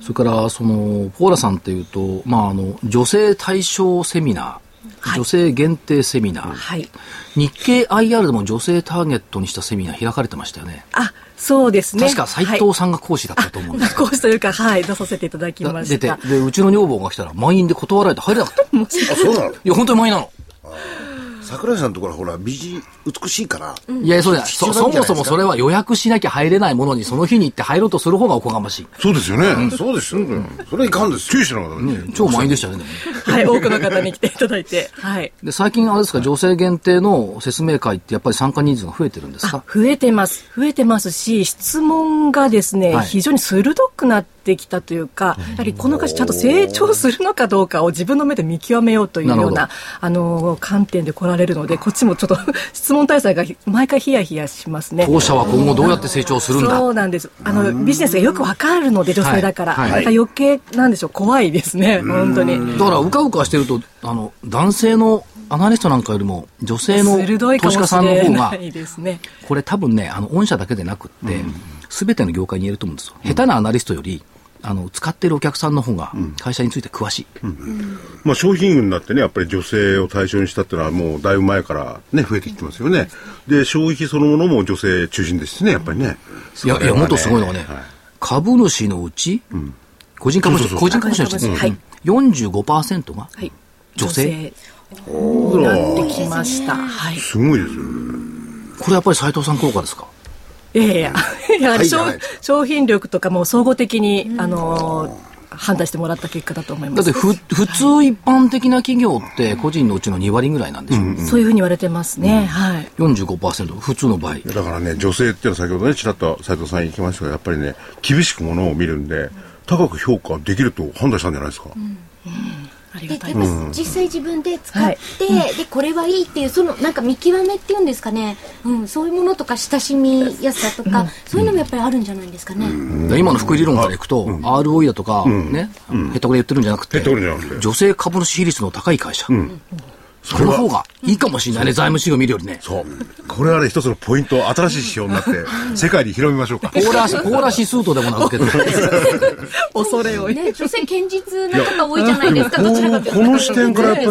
Speaker 1: それから、その、ポーラさんっていうと、まあ、あの、女性対象セミナー、女性限定セミナー、
Speaker 6: はい
Speaker 1: 日経 IR でも女性ターゲットにしたセミナー開かれてましたよね。
Speaker 6: あそうですね
Speaker 1: 確か斎藤さんが講師だったと思うん
Speaker 6: *laughs*
Speaker 1: です
Speaker 6: 講師というか、はい、出させていただき
Speaker 1: だ
Speaker 6: ま
Speaker 1: 出
Speaker 6: してた。、
Speaker 1: で、うちの女房が来たら満員で断られて入れなかった。
Speaker 3: *laughs*
Speaker 1: い
Speaker 3: あ、そうなの
Speaker 1: や、本当に満員なの。
Speaker 3: *laughs* 桜井さんのところはほら、美人、美しいから、
Speaker 1: いや、そうじゃない。
Speaker 3: 必要
Speaker 1: そ
Speaker 3: なんじ
Speaker 1: そ
Speaker 3: ゃないで
Speaker 1: も
Speaker 3: す
Speaker 1: そ
Speaker 3: か
Speaker 1: もそれは予約しなきゃ入れないものに、その日に行って入ろうとする方がおこがましい。
Speaker 4: そうですよね。
Speaker 3: そうですよ、それいかんですよ。
Speaker 4: 九死の方だね。
Speaker 1: 超満員でしたね。でもね
Speaker 6: はい、多くの方に来ていただいて、はい。
Speaker 1: で、最近あれですか、女性限定の説明会ってやっぱり参加人数が増えてるんですか
Speaker 6: 増えてます。増えてますし、質問がですね、
Speaker 1: はい
Speaker 6: 非常に鋭くなっってきたというか、やはりこの歌詞ちゃんと成長するのかどうかを自分の目で見極めようという
Speaker 1: な
Speaker 6: よ
Speaker 1: る
Speaker 6: う
Speaker 1: ほど
Speaker 6: な、あの、観点で来られるので、こっちもちょっと質問対策が毎回ヒヤヒヤしますね。
Speaker 1: 当社は今後どうやって成長するんだ
Speaker 6: そうなんです。あの、ビジネスがよくわかるので、女性だから。
Speaker 1: はい
Speaker 6: な
Speaker 1: は
Speaker 6: ん
Speaker 1: い
Speaker 6: か余計なんでしょう、怖いですね、本当に。
Speaker 1: だからうかうかしてるとあの男性のアナリストなんかよりも女性の
Speaker 6: 鋭い
Speaker 1: 投
Speaker 6: か
Speaker 1: 資
Speaker 6: も
Speaker 1: 家
Speaker 6: し
Speaker 1: さんの
Speaker 6: れ
Speaker 1: 方
Speaker 6: な
Speaker 1: が
Speaker 6: いですね。
Speaker 1: これ多分ねあの御社だけでなくって、全ての業界に言えると思うんですよ、下手なアナリストよりあの使ってるお客さんの方が会社について詳しい、
Speaker 4: まあ、商品群だってね、やっぱり女性を対象にしたっていうのは、もうだいぶ前からね、増えてきてますよね。で、消費そのものも女性中心ですしね、やっぱりね。
Speaker 1: いやいやもっとすごいのがね、株主のうち、個人株主
Speaker 4: そうそうそう
Speaker 1: 個人株主のうちですね、
Speaker 6: はい
Speaker 1: 45%が
Speaker 6: はい。
Speaker 1: 女性
Speaker 6: になってきました。はい。
Speaker 4: すごいですよ。
Speaker 1: これやっぱり斎藤さん効果ですか
Speaker 6: いやいや、やはり商
Speaker 3: はい
Speaker 6: 商品力とかも総合的に、あのー、判断してもらった結果だと思い
Speaker 1: だ
Speaker 6: ま
Speaker 1: って
Speaker 6: す。
Speaker 1: ふ普通一般的な企業って個人のうちの2割ぐらいなんでしょ、
Speaker 6: そういうふうに言われてますね。はい。
Speaker 1: 45%普通の場合
Speaker 4: いやだからね、女性っていうのは先ほどね、ちらっと斉藤さん言きましたけど、やっぱりね、厳しくものを見るんで、高く評価できると判断したんじゃないですか。
Speaker 6: あり
Speaker 2: で
Speaker 6: が
Speaker 2: やったぱ
Speaker 6: いです。
Speaker 2: 実際自分で使
Speaker 6: は
Speaker 2: っ
Speaker 6: い
Speaker 2: て、でこれはいいっていうそのなんか見極めっていうんですかね、うん、そういうものとか親しみやすさとか、そういうのもやっぱりあるんじゃないですかね、
Speaker 1: で今の福井理論からいくと、ROE だとか、ね、ヘッドコで言ってるんじゃなくて、
Speaker 4: ヘッドコで言ってるんじ
Speaker 1: 女性株主比率の高い会社、そ
Speaker 4: それ
Speaker 1: の
Speaker 4: は
Speaker 1: 方がいいかもしれないね、財務資料見るよりね。
Speaker 4: そう。これはね、一つのポイント、新しい指標
Speaker 1: *laughs*
Speaker 4: になって、世界に広めましょうか。
Speaker 1: コーラ、コーラ指数とでも名付 *laughs* けて、
Speaker 6: 恐れ多い。
Speaker 2: ね女性堅実な方多いじゃないですかどちらかというと
Speaker 4: この視点からやっぱり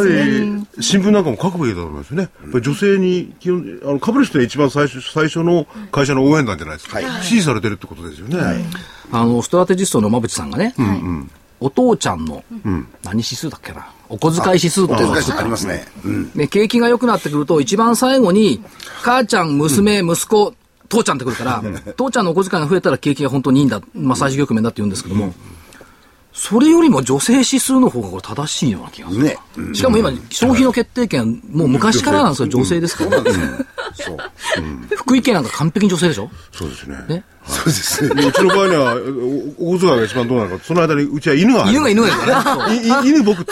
Speaker 4: 新聞なんかも書くべきだと思いますよね、やっぱり女性に基本あの株主って一番最初最初の会社の応援団じゃないですか、支持されてるってことですよね、
Speaker 1: あの、ストラテジストの馬渕さんがね、お父ちゃんの、何指数だっけな、お小遣い指数っていうのを
Speaker 3: 難し
Speaker 1: 作った
Speaker 3: いのありますね。うん。
Speaker 1: で、景気が良くなってくると、一番最後に、母ちゃん、娘、息子、父ちゃんってくるから、父ちゃんのお小遣いが増えたら景気が本当にいいんだ、まあ最終局面だって言うんですけども、それよりも女性指数の方がこれ正しいような気がする。
Speaker 3: ね。うん
Speaker 1: しかも今、消費の決定権、もう昔からなんですよ、女性ですから。
Speaker 3: そう。
Speaker 1: 福井県なんか完璧に女性でしょ
Speaker 4: そうですね
Speaker 1: ね。
Speaker 3: そうですね。
Speaker 4: でうちの場合にはおお小遣いが一番どうなのかその間にうちは犬が入る
Speaker 1: 犬が犬がいるからね。そう
Speaker 4: いい犬僕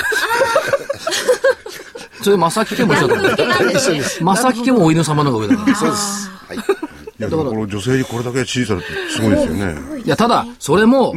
Speaker 1: それ、正木家 *laughs* も一緒だと思う。正木家もお犬様の方が上だから。
Speaker 3: そうです。はい。
Speaker 4: いやだからこの女性にこれだけ支持されてすごいですよね
Speaker 1: いや、ただ、それも、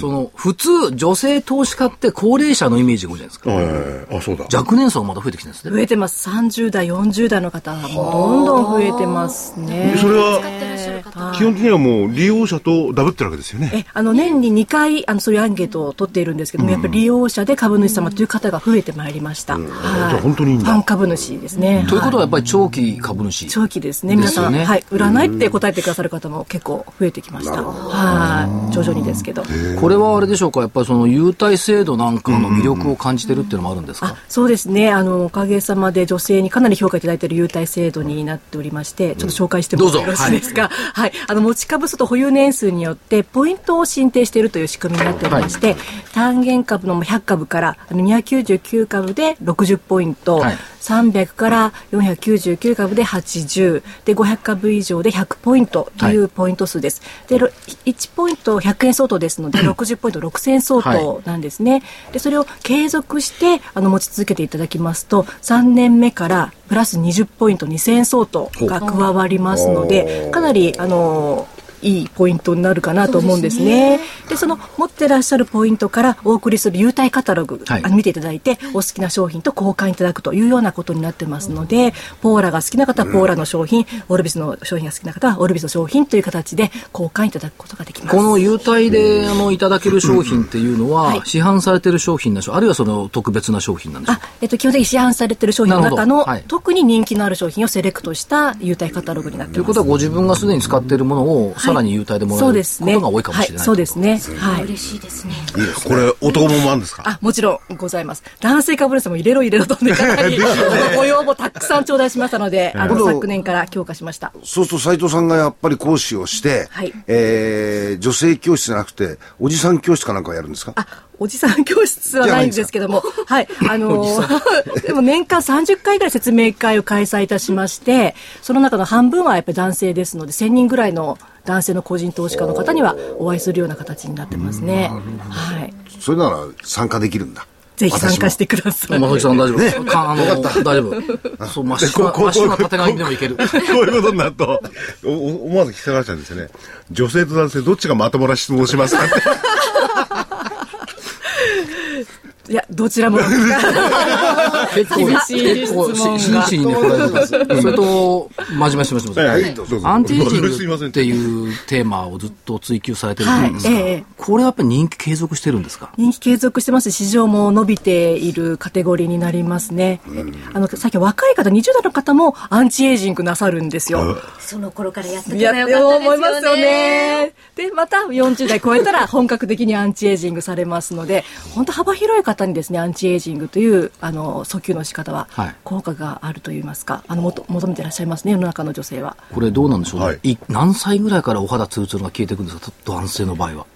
Speaker 1: その、普通、女性投資家って高齢者のイメージが多いじゃないですか。
Speaker 4: ええあそうだ
Speaker 1: 若年層がまた増えてきてるんですね。
Speaker 6: 増えてます。30代、40代の方もどんどん増えてますね
Speaker 4: で。それは
Speaker 2: やってらっしゃる方
Speaker 4: 基本的にはもう利用者とダブってるわけですよね
Speaker 6: えあの年に2回あのそういうアンケートを取っているんですけども、やっぱり利用者で株主様という方が増えてまいりました、はい
Speaker 4: じゃあ本当にいいん
Speaker 6: フ
Speaker 4: だ
Speaker 6: ァン株主ですね、
Speaker 1: ということは、
Speaker 6: は
Speaker 1: やっぱり長期株主。
Speaker 6: 長期ですね皆さ
Speaker 1: で
Speaker 6: ん、
Speaker 1: すよね
Speaker 6: はい、占いって答えてくださる方も結構増えてきましたはい徐々にですけど
Speaker 1: これはあれでしょうか、やっぱりその、優待制度なんかの魅力を感じてるっていうのもあるんですか
Speaker 6: あそうですねあのおかげさまで女性にかなり評価いただいている優待制度になっておりましてちょっと紹介しても
Speaker 1: どうぞ
Speaker 6: よろしいですか、はいあの持ち株数と保有年数によってポイントを申請しているという仕組みになっておりまして、単元株の100株からあの299株で60ポイント、
Speaker 1: はい
Speaker 6: 300から499株で80で500株以上で100ポイントというポイント数です、でろ1ポイント100円相当です
Speaker 1: *clears throat*
Speaker 6: ので60ポイント6000円相
Speaker 1: はい
Speaker 6: 当なんですね。で、それを継続して、あの、持ち続けていただきますと、3年目からプラス20ポイント2000円相当が加わりますので、かなり、あの、いいポイントになるかなと思うんですね。でその持ってらっしゃるポイントからお送りする優待カタログ、
Speaker 1: はい
Speaker 6: あの見ていただいて、お好きな商品と交換いただくというようなことになってますので、ポーラが好きな方はポーラの商品、オルビスの商品が好きな方はオルビスの商品という形で交換いただくことができます。
Speaker 1: この優待で、あの、いただける商品っていうのは、市販されてる商品なんでしょうあるいはその、特別な商品なんでしょう
Speaker 6: あ、えっと、基本的に市販されてる商品の中
Speaker 1: なる
Speaker 6: の、
Speaker 1: ほどはい
Speaker 6: 特に人気のある商品をセレクトした優待カタログになって
Speaker 1: とい
Speaker 6: ま
Speaker 1: うこ
Speaker 6: す。
Speaker 1: とは、ご自分がすでに使っているものを、さらに優待でもら
Speaker 6: そう
Speaker 1: える
Speaker 6: で
Speaker 1: こ
Speaker 6: すね
Speaker 1: とが多いかもしれない。
Speaker 6: はい、そうです。ね。はい。
Speaker 2: 嬉しいですね
Speaker 4: これ男もんもあるんですか
Speaker 6: あ、もちろんございます。男性株主も入れろ入れろとね、か
Speaker 1: *laughs*
Speaker 6: なりご要望たくさん頂戴しましたので、あの、
Speaker 3: うん
Speaker 6: 昨年から強化しました。
Speaker 3: そうすると斎藤さんがやっぱり講師をして、
Speaker 6: はい
Speaker 3: えー、女性教室じゃなくて、おじさん教室かなんかをやるんですか
Speaker 6: あ、おじさん教室はないんですけども、はい、あのー、 *laughs* でも年間30回ぐらい説明会を開催いたしまして、その中の半分はやっぱり男性ですので、1000人ぐらいの男性の個人投資家の方にはお会いするような形になってますね。はい。
Speaker 3: それなら参加できるんだ。
Speaker 6: ぜひ参加してください。
Speaker 1: まさきさん大丈夫ですかあの、大丈夫。そう、 *laughs* 真っ白な、真っ白な縦紙でもいける。
Speaker 4: こういうことになると、思わず聞き下がっちゃうんですよね。女性と男性、どっちがまともな質問をしますかって。
Speaker 6: いや、どちら *laughs* も。
Speaker 1: 結構、
Speaker 6: 厳しい質問が。
Speaker 1: 真摯にね、これ、それと、真面目しましょう。
Speaker 4: はい、どうぞ。
Speaker 1: アンティージングっていうテーマをずっと追求されてるじゃないですか。
Speaker 6: はいええ、
Speaker 1: これはやっぱり人気継続してるんですか
Speaker 6: 人気継続してますし、市場も伸びているカテゴリーになりますね。あの、さっき若い方、20代の方もアンチエイジングなさるんですよ。
Speaker 2: その頃からやって
Speaker 6: たらよか思いますよね。で、また40代超えたら本格的にアンチエイジングされますので、本当幅広い方にですねアンチエイジングというあの訴求の仕方は効果があるといいますか、はい、あのもと求めていらっしゃいますね世の中の女性は
Speaker 1: これどうなんでしょう、ね、はい、何歳ぐらいからお肌ツルツルが消えていくんですか男性の場合は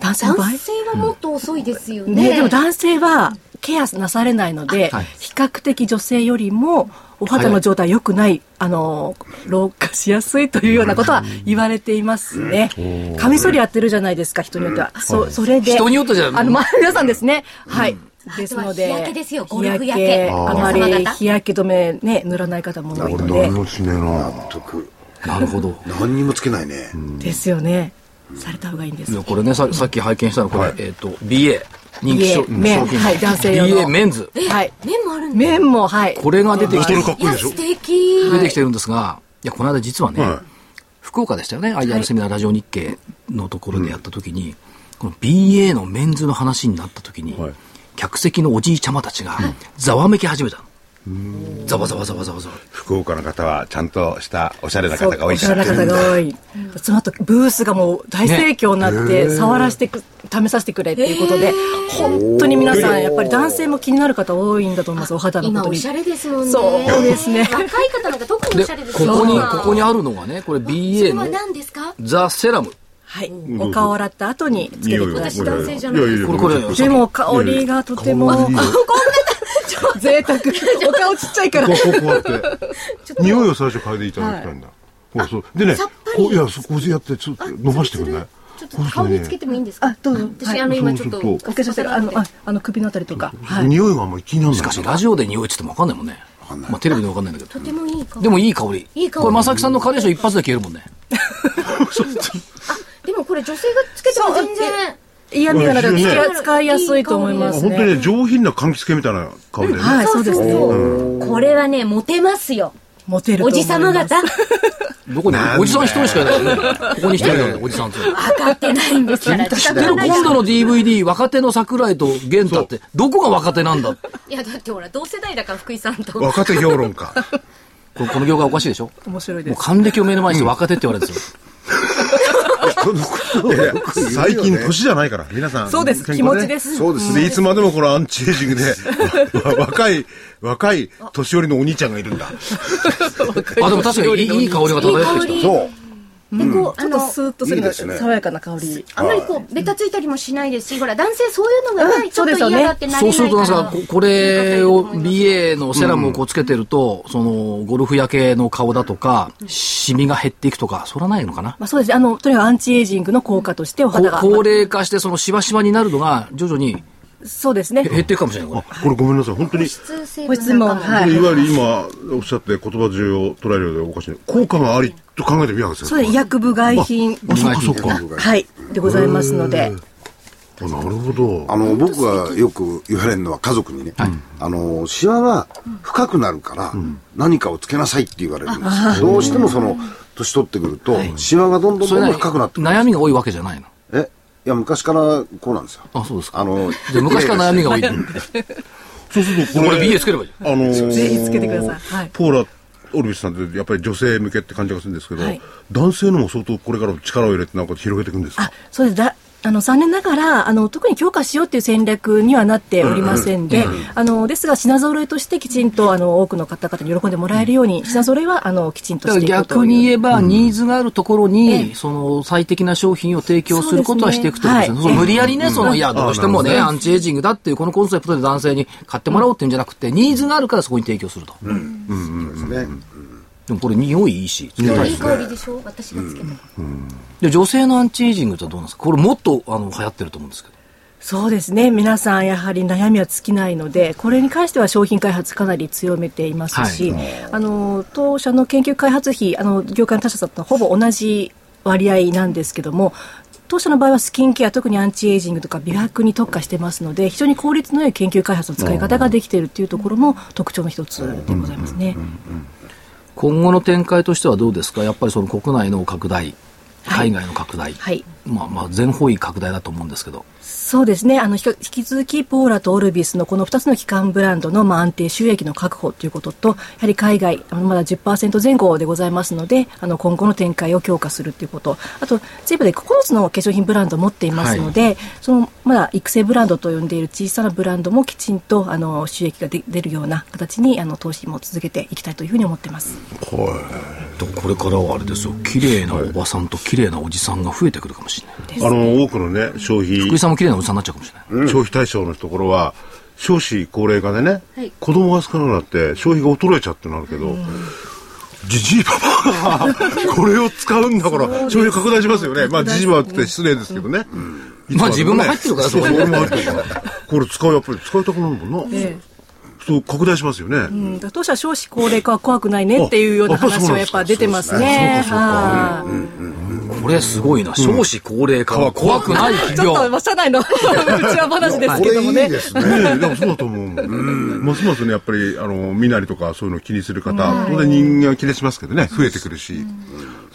Speaker 6: 男性
Speaker 2: はもっと遅いですよね,
Speaker 6: ね、でも男性はケアなされないので、はい、比較的女性よりもお肌の状態良くない、あの老化しやすいというようなことは言われていますね。カミソリやってるじゃないですか、人によっては。うん、そそれで。
Speaker 1: 人によってじゃ
Speaker 6: あの、まあ、皆さんですね。はい。
Speaker 2: ですので、日焼けですよ、ゴルフ
Speaker 6: 焼
Speaker 2: け。
Speaker 6: あまり日焼け止めね、塗らない方も多いので。
Speaker 4: 何もしねえな。納
Speaker 3: 得。
Speaker 1: なるほど。
Speaker 3: 何にもつけないね。
Speaker 6: ですよね。された方がいいんです、ね。
Speaker 1: これね、ささっき拝見したの、これ、えっと、BA。人気商
Speaker 6: 品はい、男性用の
Speaker 1: BA メンズ
Speaker 6: はい
Speaker 2: 麺もあるん
Speaker 6: 麺もはい
Speaker 1: これが出てきてる
Speaker 4: かっこいいでしょ素
Speaker 2: 敵
Speaker 1: 出てきてるんですがいやこの間実はね、福岡でしたよね IR セミナーラジオ日経のところでやった時に、この BA のメンズの話になった時に、客席のおじいちゃまたちがざわめき始めたの。ざわざわざわざわざわ
Speaker 4: 福岡の方はちゃんとしたおしゃれな方が多い
Speaker 6: おしゃれな方が多いその後ブースがもう大盛況になって、触らせてく試させてくれっていうことで、本当に皆さんやっぱり男性も気になる方多いんだと思いますお肌のこと
Speaker 2: におしゃれですもんね
Speaker 6: そうですね
Speaker 2: 若い方なんか特におしゃれです
Speaker 1: ここにここにあるのがねこれ BA のザ・セラム
Speaker 6: はい、お顔を洗った後につけてくだ
Speaker 2: さい。男性じゃないです
Speaker 1: これこれ
Speaker 6: でも香りがとても。こんな贅沢。お顔ちっちゃいから。こ
Speaker 4: うこうやって。
Speaker 2: *laughs*
Speaker 4: 匂いを最初嗅いでいただきたいんだ。はい、そうでね、こういやそこでやってちょっと伸ばしてくれない。
Speaker 2: ちょっと顔につけてもいいんですか。
Speaker 6: あ、どうぞ。
Speaker 2: 私あの今ちょっとお化
Speaker 6: 粧してるあのあの首のあたりとか。
Speaker 4: 匂いはもう気になる。
Speaker 1: しかしラジオで匂いつってもわかんないもんね。まあテレビでわかんないんだけど。
Speaker 2: とてもいい香り。
Speaker 1: でもいい香り。
Speaker 2: いい香り。
Speaker 1: これまさきさんのカレーション一発で消えるもんね。
Speaker 2: でもこれ女性がつけても全然。
Speaker 6: 嫌味がなくて使いやすいと思います
Speaker 4: 本当に上品な柑橘系みたいな香りで
Speaker 6: はい、そうですね。
Speaker 2: これはね、モテますよ。
Speaker 6: モテる
Speaker 2: おじさま方。
Speaker 6: *laughs*
Speaker 1: どこにおじさん一人しかいないよね。ここに一人だよね、おじさんって。
Speaker 2: 分かってないんですから。
Speaker 1: でも今度の DVD、若手の桜井と玄太って、どこが若手なんだ
Speaker 2: いや、だってほら、同世代だから福井さんと。
Speaker 4: 若手評論家。
Speaker 1: この業界おかしいでしょ
Speaker 6: 面白いです。
Speaker 1: 還暦を目の前にして若手って言われるんですよ。
Speaker 4: *laughs* 最近年じゃないから皆さん
Speaker 6: そうです気持ちです
Speaker 4: そうですいつまでもこのアンチエイジング
Speaker 6: *laughs*
Speaker 4: で若い若い年寄りのお兄ちゃんがいるんだ
Speaker 1: あでも確かにいい香りが漂ってきた
Speaker 4: そう
Speaker 6: でこう、あのスーッとする爽やかな香り
Speaker 2: あんまりこうべたついたりもしないですしほら男性そういうのがないちょっと嫌だってな
Speaker 1: そうするとなんかこれを BA のセラムをこうつけてるとそのゴルフ焼けの顔だとかシミが減っていくとかそらないのかな
Speaker 6: まあそうですあのとにかくアンチエイジングの効果としてお肌が
Speaker 1: 高齢化してそのしわしわになるのが徐々に
Speaker 6: そうですね。
Speaker 1: 減っていくかもしれない。
Speaker 4: これごめんなさい。本当に。
Speaker 6: ご質問。
Speaker 4: はい。いわゆる今おっしゃって言葉中を捉えるようでおかしい。効果がありと考えてみやが
Speaker 6: そう医薬部外品。
Speaker 4: あ、そっかそっか。
Speaker 6: はい。でございますので。
Speaker 4: なるほど。
Speaker 3: あの、僕がよく言われるのは家族にね、あの、シワが深くなるから何かをつけなさいって言われるんです。どうしてもその、年取ってくると、シワがどんどんどんどん深くなってくる。
Speaker 1: 悩みが多いわけじゃないの
Speaker 3: えいや、昔からこうなんですよ。
Speaker 1: あ、そうですか。
Speaker 3: あの、
Speaker 1: じゃ昔から悩みが多い。
Speaker 4: そうすると、
Speaker 1: これ BA つければいい。
Speaker 4: あの、
Speaker 6: ぜひつけてください。はい。
Speaker 4: ポーラ、オルビスさんってやっぱり女性向けって感じがするんですけど、男性のも相当これから力を入れてなんか広げていくんですか
Speaker 6: あ、そうです。だあの残念ながらあの特に強化しようという戦略にはなっておりませんで、あのですが品揃えとしてきちんとあの多くの方々に喜んでもらえるように品揃えはあのきちんと
Speaker 1: だ
Speaker 6: し
Speaker 1: か
Speaker 6: て
Speaker 1: ら
Speaker 6: いくという
Speaker 1: 逆に言えば、ニーズがあるところに、
Speaker 6: ええ
Speaker 1: その最適な商品を提供することはしていくということですね。
Speaker 6: そうです
Speaker 1: そ
Speaker 6: ねはい
Speaker 1: う無理やりね、その、いや、どうしてもね、アンチエイジングだっていう、このコンセプトで男性に買ってもらおうっていうんじゃなくて、ニーズがあるからそこに提供すると。
Speaker 3: そうですね。
Speaker 1: でもこれ匂いいいし、つけたい
Speaker 2: いい香りでしょ私がつ *laughs* けた、
Speaker 1: で女性のアンチエイジングってどうなんですかこれもっとあの流行ってると思うんですけど。
Speaker 6: そうですね皆さんやはり悩みは尽きないのでこれに関しては商品開発かなり強めていますし、あの当社の研究開発費あの業界の他社さんとほぼ同じ割合なんですけども当社の場合はスキンケア特にアンチエイジングとか美白に特化してますので非常に効率の良い研究開発の使い方ができているというところも特徴の一つでございますね。
Speaker 1: 今後の展開としてはどうですかやっぱりその国内の拡大、
Speaker 6: はい
Speaker 1: 海外の拡大、
Speaker 6: はい
Speaker 1: まあまあ全方位拡大だと思うんですけど。
Speaker 6: そうですねあのひ引き続きポーラとオルビスのこの2つの基幹ブランドの、まあ、安定収益の確保ということとやはり海外あのまだ10%前後でございますのであの今後の展開を強化するということあと全部で9つの化粧品ブランドを持っていますので、そのまだ育成ブランドと呼んでいる小さなブランドもきちんとあの収益がで出るような形にあの投資も続けていきたいというふうに思っています。
Speaker 1: でもこれからはあれですよ、綺麗なおばさんと綺麗なおじさんが増えてくるかもしれない。
Speaker 4: あの、多くのね、消費
Speaker 1: 福井、さんも綺麗なおじさんになっちゃうかもしれない。
Speaker 4: 消費対象のところは、少子高齢化でね、
Speaker 2: はい
Speaker 4: 子供が少なくなって消費が衰えちゃってなるけど、じじいパパ *laughs* がこれを使うんだから、消費拡大しますよね。まあ、じじいパパって失礼ですけどね。いつ
Speaker 1: まあ
Speaker 4: で
Speaker 1: 自分も入ってるから
Speaker 4: そう、
Speaker 1: そう
Speaker 4: 俺も入ってるから。これ使う、やっぱり使いたくなるもんな。そう、拡大しますよね。
Speaker 6: うん、だから当社は少子高齢化は怖くないねっていうような話はやっぱ出てますね。はい
Speaker 1: これすごいな。少子高齢化は怖くない
Speaker 6: ち
Speaker 1: 企
Speaker 6: ょ
Speaker 1: 業。
Speaker 6: っとまあ社内のうちわ話です
Speaker 3: こ
Speaker 6: け
Speaker 3: れ
Speaker 6: ど
Speaker 3: い
Speaker 6: も
Speaker 3: い
Speaker 6: ね。
Speaker 3: ですね。
Speaker 4: ねえ、でもそうだと思 *laughs* うもん。ますますね、やっぱり、あの、身なりとかそういうのを気にする方、当然人間は気にしますけどね、増えてくるし、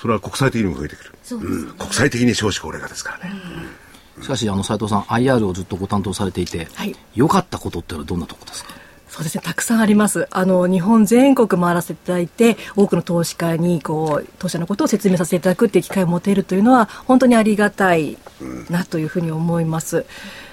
Speaker 4: それは国際的にも増えてくる。うん国際的に少子高齢化ですからね。
Speaker 1: しかし、あの、斉藤さん、IR をずっとご担当されていて
Speaker 6: はい、
Speaker 1: 良かったことってのはどんなとこですか
Speaker 6: そうですね、たくさんあります。あの日本全国回らせていただいて、多くの投資家にこう当社のことを説明させていただくっていう機会を持てるというのは本当にありがたいなというふうに思います。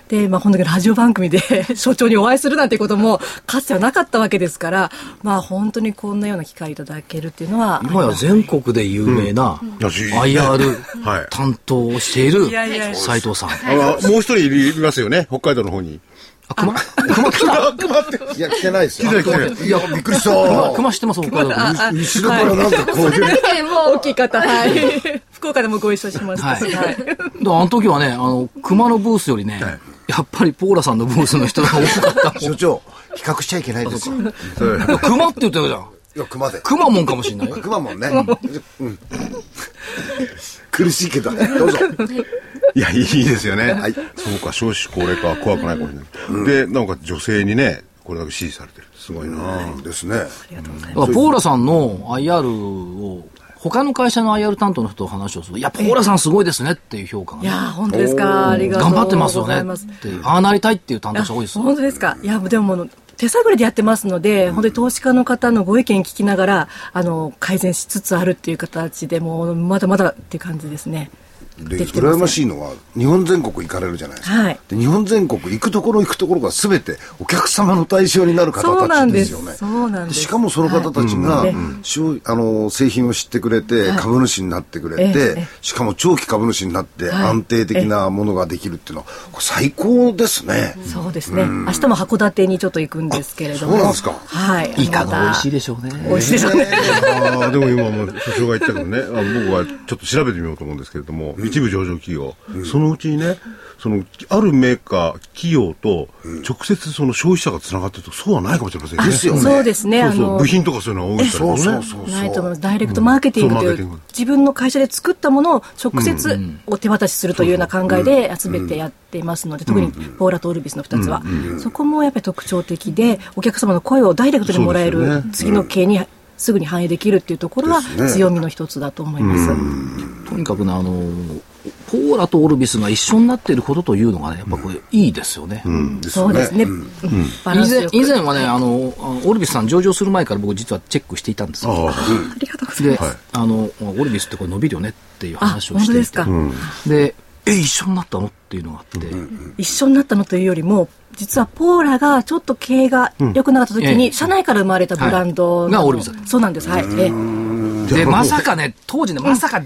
Speaker 6: で、まあ、本当にラジオ番組で所長にお会いするなんてこともかつてはなかったわけですから、まあ、本当にこんなような機会いただけるっていうのはあり
Speaker 1: 今
Speaker 6: が
Speaker 1: や
Speaker 6: たい
Speaker 1: 全国で有名な
Speaker 4: うんいやはい
Speaker 1: IR 担当をしている
Speaker 6: いやいやいや
Speaker 1: 斉藤さん。
Speaker 4: あの、もう一人いますよね、北海道の方 *laughs* に。
Speaker 1: あ、熊熊来た
Speaker 3: いや、来てないですよ。
Speaker 4: 来てない来
Speaker 3: いや、びっくりした。
Speaker 1: 熊熊知ってます、北海道で。
Speaker 3: 後ろからなんかこう、
Speaker 6: 大きい方、はい、福岡でもご一緒しました。
Speaker 1: はい
Speaker 6: はい
Speaker 1: だからあの時はね、あの、熊のブースよりね、やっぱりポーラさんのブースの人が多かった
Speaker 3: 所長、比較しちゃいけないですよ。い
Speaker 1: いや。熊って言ってるじゃん。
Speaker 3: や、熊で。
Speaker 1: 熊もんかもしれないよ。
Speaker 3: 熊もんね。うん。苦しいけどね。どうぞ。
Speaker 4: いや、いいですよね。
Speaker 3: はい
Speaker 4: そうか、少子高齢化は怖くないかもしれない。で、なんか女性にね、これだけ支持されてる。すごいな
Speaker 3: ですね。
Speaker 1: だからポーラさんの IR を、他の会社の IR 担当の人と話をすると、いや、ポーラさんすごいですねっていう評価が
Speaker 6: い
Speaker 1: ね
Speaker 6: や。ー本当ですかありがとう
Speaker 1: 頑張ってますよ
Speaker 6: ござ
Speaker 1: ね
Speaker 6: います
Speaker 1: っていうああなりたいっていう担当者多いですよ
Speaker 6: 本当ですかいやでももう手探りでやってますので、本当に投資家の方のご意見聞きながらあの改善しつつあるっていう形でもうまだまだっていう感じですね
Speaker 3: で、
Speaker 6: できてます
Speaker 3: 羨ましいのは、日本全国行かれるじゃないですか。
Speaker 6: はい
Speaker 3: で日本全国行くところ行くところが全てお客様の対象になる
Speaker 6: そ
Speaker 3: 方
Speaker 6: うな
Speaker 3: た
Speaker 6: ん
Speaker 3: ちで
Speaker 6: です
Speaker 3: すよね。
Speaker 6: そうなんです
Speaker 3: しかもその方たちが、
Speaker 6: はいうん
Speaker 3: 商あの製品を知ってくれて、株主になってくれ
Speaker 6: え
Speaker 3: て、
Speaker 6: え
Speaker 3: しかも長期株主になって、
Speaker 6: はい
Speaker 3: 安定的なものができるっていうのは、これ最高ですね。
Speaker 6: そうですね明日も函館にちょっと行くんですけれども
Speaker 3: そうなんですか
Speaker 6: はい
Speaker 1: イカが美味しい
Speaker 6: で
Speaker 1: でしょうね。
Speaker 6: 美味しいでしょうね
Speaker 4: ああ、でも今もう所長が言ったけどね、あ僕はちょっと調べてみようと思うんですけれども、一部上場企業、そのうちにね、その、あるメーカー、企業と、直接その消費者がつながってると、そうはないかもしれませんね。
Speaker 3: ですよね。
Speaker 6: そうですね
Speaker 4: そう
Speaker 6: あ
Speaker 4: そう、
Speaker 6: の
Speaker 4: 部品とかそういうのは多いから
Speaker 3: そう
Speaker 4: ね。
Speaker 3: そうそう
Speaker 6: ないと思います
Speaker 3: そ
Speaker 6: ダイレクトマーケティングと
Speaker 4: うんそマー
Speaker 6: いう
Speaker 4: ケティン
Speaker 6: う
Speaker 4: グ
Speaker 6: 自分の会社で作ったものを直接お手渡しするというような考えで集めてやっていますので特にポーラとオルビスの2つはそこもやっぱり特徴的でお客様の声をダイレクトにもらえ
Speaker 4: そうで
Speaker 6: る
Speaker 4: すよね
Speaker 6: 次の経営にすぐに反映できるっていうところは
Speaker 3: ね
Speaker 6: 強みの一つだと思います。
Speaker 1: とにかくね、あの、ポーラとオルビスが一緒になっていることというのがね、やっぱこれいいですよね。
Speaker 6: そうですね。うんバラン
Speaker 1: 以
Speaker 6: ス
Speaker 1: 前
Speaker 6: よく
Speaker 1: 以前はねあの、あのオルビスさん上場する前から僕実はチェックしていたんですよ。
Speaker 4: ああ、
Speaker 6: ありがとうござい
Speaker 1: で、
Speaker 6: ます。
Speaker 1: あの、オルビスってこれ伸びるよねっていう
Speaker 6: あ、
Speaker 1: 話を
Speaker 6: 本
Speaker 1: し
Speaker 6: 当
Speaker 1: て
Speaker 6: で
Speaker 1: い
Speaker 6: す
Speaker 1: て
Speaker 6: か。。
Speaker 1: で、え一緒になったのっていうのがあって、
Speaker 6: 一緒になったのというよりも実はポーラがちょっと経営が良くなかった時
Speaker 1: うんえ
Speaker 6: に、
Speaker 1: え
Speaker 6: 社内から生まれたブランド
Speaker 1: はい
Speaker 6: なの
Speaker 1: がオルビザです
Speaker 6: そうなんですはいえ
Speaker 1: でまさかね当時ねまさか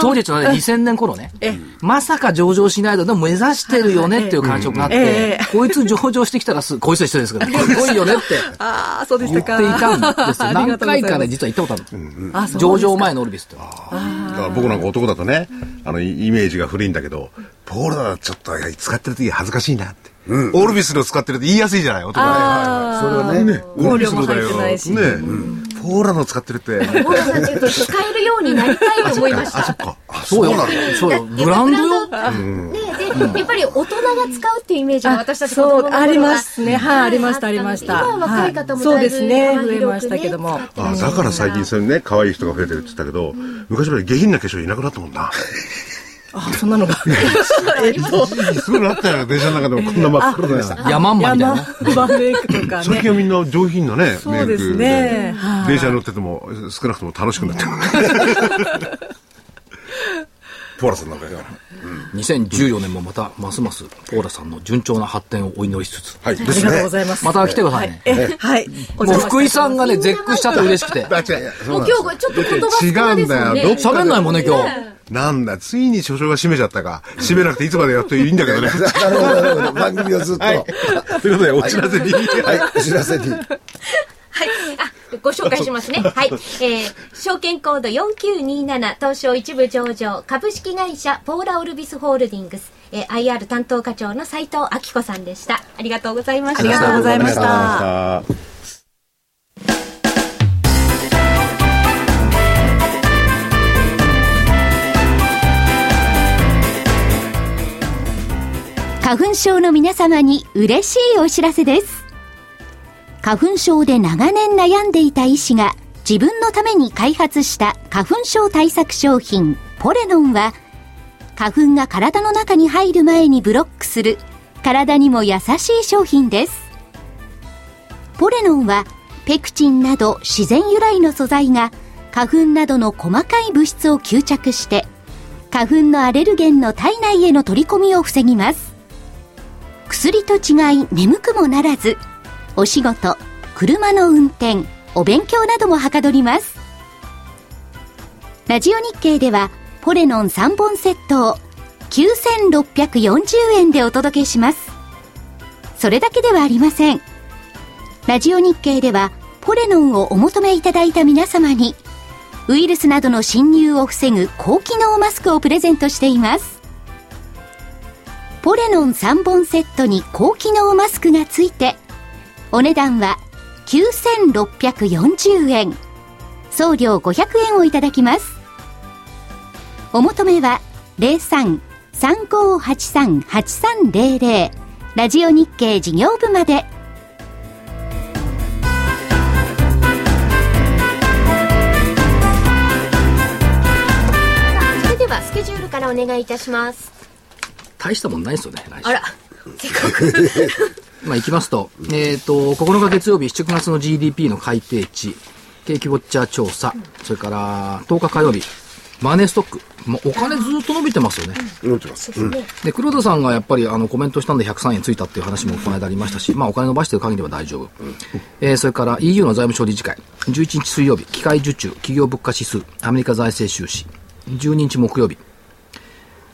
Speaker 1: 当時ちょっとね2000年頃ね
Speaker 6: ええ
Speaker 1: まさか上場しないのでも目指してるよねっていう感触があっ
Speaker 6: ええ
Speaker 1: て
Speaker 6: ええ
Speaker 1: こいつ上場してきたらすこいつと一緒ですけどすごいよねって
Speaker 6: ああそうでし
Speaker 1: 言
Speaker 6: た
Speaker 1: って
Speaker 6: か
Speaker 1: いたんですよ
Speaker 6: *laughs* ありが
Speaker 1: 何
Speaker 6: とうござ
Speaker 1: 回
Speaker 6: います
Speaker 1: かね実は行ったことある
Speaker 6: あそうですか
Speaker 1: 上場前のオルビスって
Speaker 4: だから僕なんか男だとね、あの、イイメージが古いんだけど、ポールはちょっと使ってる時恥ずかしいなって。オルビスの使ってるって言いやすいじゃない男は
Speaker 6: あ
Speaker 3: それは
Speaker 6: あ
Speaker 3: ねね
Speaker 4: オルビスのだ
Speaker 6: 入っ
Speaker 4: よ。
Speaker 6: てないし
Speaker 4: ねポーラの使ってるって。
Speaker 2: オーラがちょっと使えるようになりたいと思いまし。
Speaker 4: あ、そったか。あ
Speaker 1: そうよ
Speaker 4: なんだ。
Speaker 1: そうよブランドよ
Speaker 2: ねで、やっぱり大人が使うっていうイメージが私たち子
Speaker 6: そ
Speaker 2: 供
Speaker 6: う
Speaker 2: の頃は
Speaker 6: ありますねはい、
Speaker 2: はい
Speaker 6: ありましたありました
Speaker 2: 今は若い方も
Speaker 6: そう
Speaker 2: だい
Speaker 6: で
Speaker 2: ぶ
Speaker 6: すね
Speaker 2: 幅
Speaker 6: 増
Speaker 2: 広くね
Speaker 6: えましたけども
Speaker 4: あだから最近そういうね、可愛い人が増えてるって言ったけど、昔まで下品な化粧いなくなったもんな。
Speaker 6: あそんなのが
Speaker 4: すごいなったよ、電車の中でもこんな真っ黒だよ。
Speaker 1: ヤマンマみたいな
Speaker 6: 山メイクとか
Speaker 4: 最
Speaker 6: ね
Speaker 4: 近はみんな上品なね、
Speaker 6: そうです
Speaker 4: メイ
Speaker 6: ね
Speaker 4: ク
Speaker 6: はい
Speaker 4: 電車に乗ってても、少なくとも楽しくなってる。ポーラさんなんかいかが
Speaker 1: 2014年もまたますますポーラさんの順調な発展をお祈りしつつ
Speaker 4: はい。で
Speaker 6: あり
Speaker 4: す
Speaker 6: がとう
Speaker 4: ね
Speaker 6: ご。ざいます
Speaker 1: また来てくださいね
Speaker 6: えはい
Speaker 1: も
Speaker 6: お
Speaker 1: う
Speaker 6: 邪魔
Speaker 1: 福井さんがね
Speaker 2: みんな
Speaker 1: 絶句しちゃって嬉しくて
Speaker 4: あ違うそ
Speaker 2: も
Speaker 4: うな
Speaker 2: うん
Speaker 4: だ
Speaker 2: 今日ちょっと言葉
Speaker 4: 違
Speaker 2: 少ないうで
Speaker 4: ん
Speaker 2: す
Speaker 4: だ
Speaker 2: よ
Speaker 4: よ。
Speaker 2: ね。
Speaker 4: どっかで
Speaker 1: 喋んないもんね今日
Speaker 4: なんだ、ついに所長が閉めちゃったか。閉めなくていつまでやっといいんだけどね。
Speaker 3: なるほどなるほど。番組をずっと。
Speaker 4: は
Speaker 3: はいい。。
Speaker 4: ということで、お知らせに。
Speaker 3: お知らせに。
Speaker 2: はい。あ、ご紹介しますね。はい。えー、証券コード4927東証一部上場株式会社ポーラオルビスホールディングス、えー、IR 担当課長の斉藤明子さんでした。ありがとうございました。
Speaker 6: ありがとうございました
Speaker 5: 花粉症の皆様に嬉しいお知らせです。花粉症で長年悩んでいた医師が自分のために開発した花粉症対策商品ポレノンは花粉が体の中に入る前にブロックする体にも優しい商品です。ポレノンはペクチンなど自然由来の素材が花粉などの細かい物質を吸着して花粉のアレルゲンの体内への取り込みを防ぎます。薬と違い眠くもならずお仕事車の運転お勉強などもはかどりますラジオ日経ではポレノン3本セットを9640円でお届けしますそれだけではありませんラジオ日経ではポレノンをお求めいただいた皆様にウイルスなどの侵入を防ぐ高機能マスクをプレゼントしていますポレノン3本セットに高機能マスクがついてお値段は9640円送料500円をいただきますお求めは03-3583-8300ラジオ日経事業部まで
Speaker 2: それではスケジュールからお願いいたします。
Speaker 1: 大したもんないですよね来週
Speaker 2: あら、
Speaker 1: まあ、いきますと、えっ、と、9日月曜日、7月の GDP の改定値、景気ウォッチャー調査、それから10日火曜日、マネーストック、もうお金ずっと伸びてますよね。
Speaker 3: 乗ってます。うん。
Speaker 1: で、黒田さんがやっぱりあのコメントしたんで103円ついたっていう話もこの間ありましたし、まあお金伸ばしてる限りは大丈夫。えーそれから EU の財務省理事会、11日水曜日、機械受注、企業物価指数、アメリカ財政収支、12日木曜日、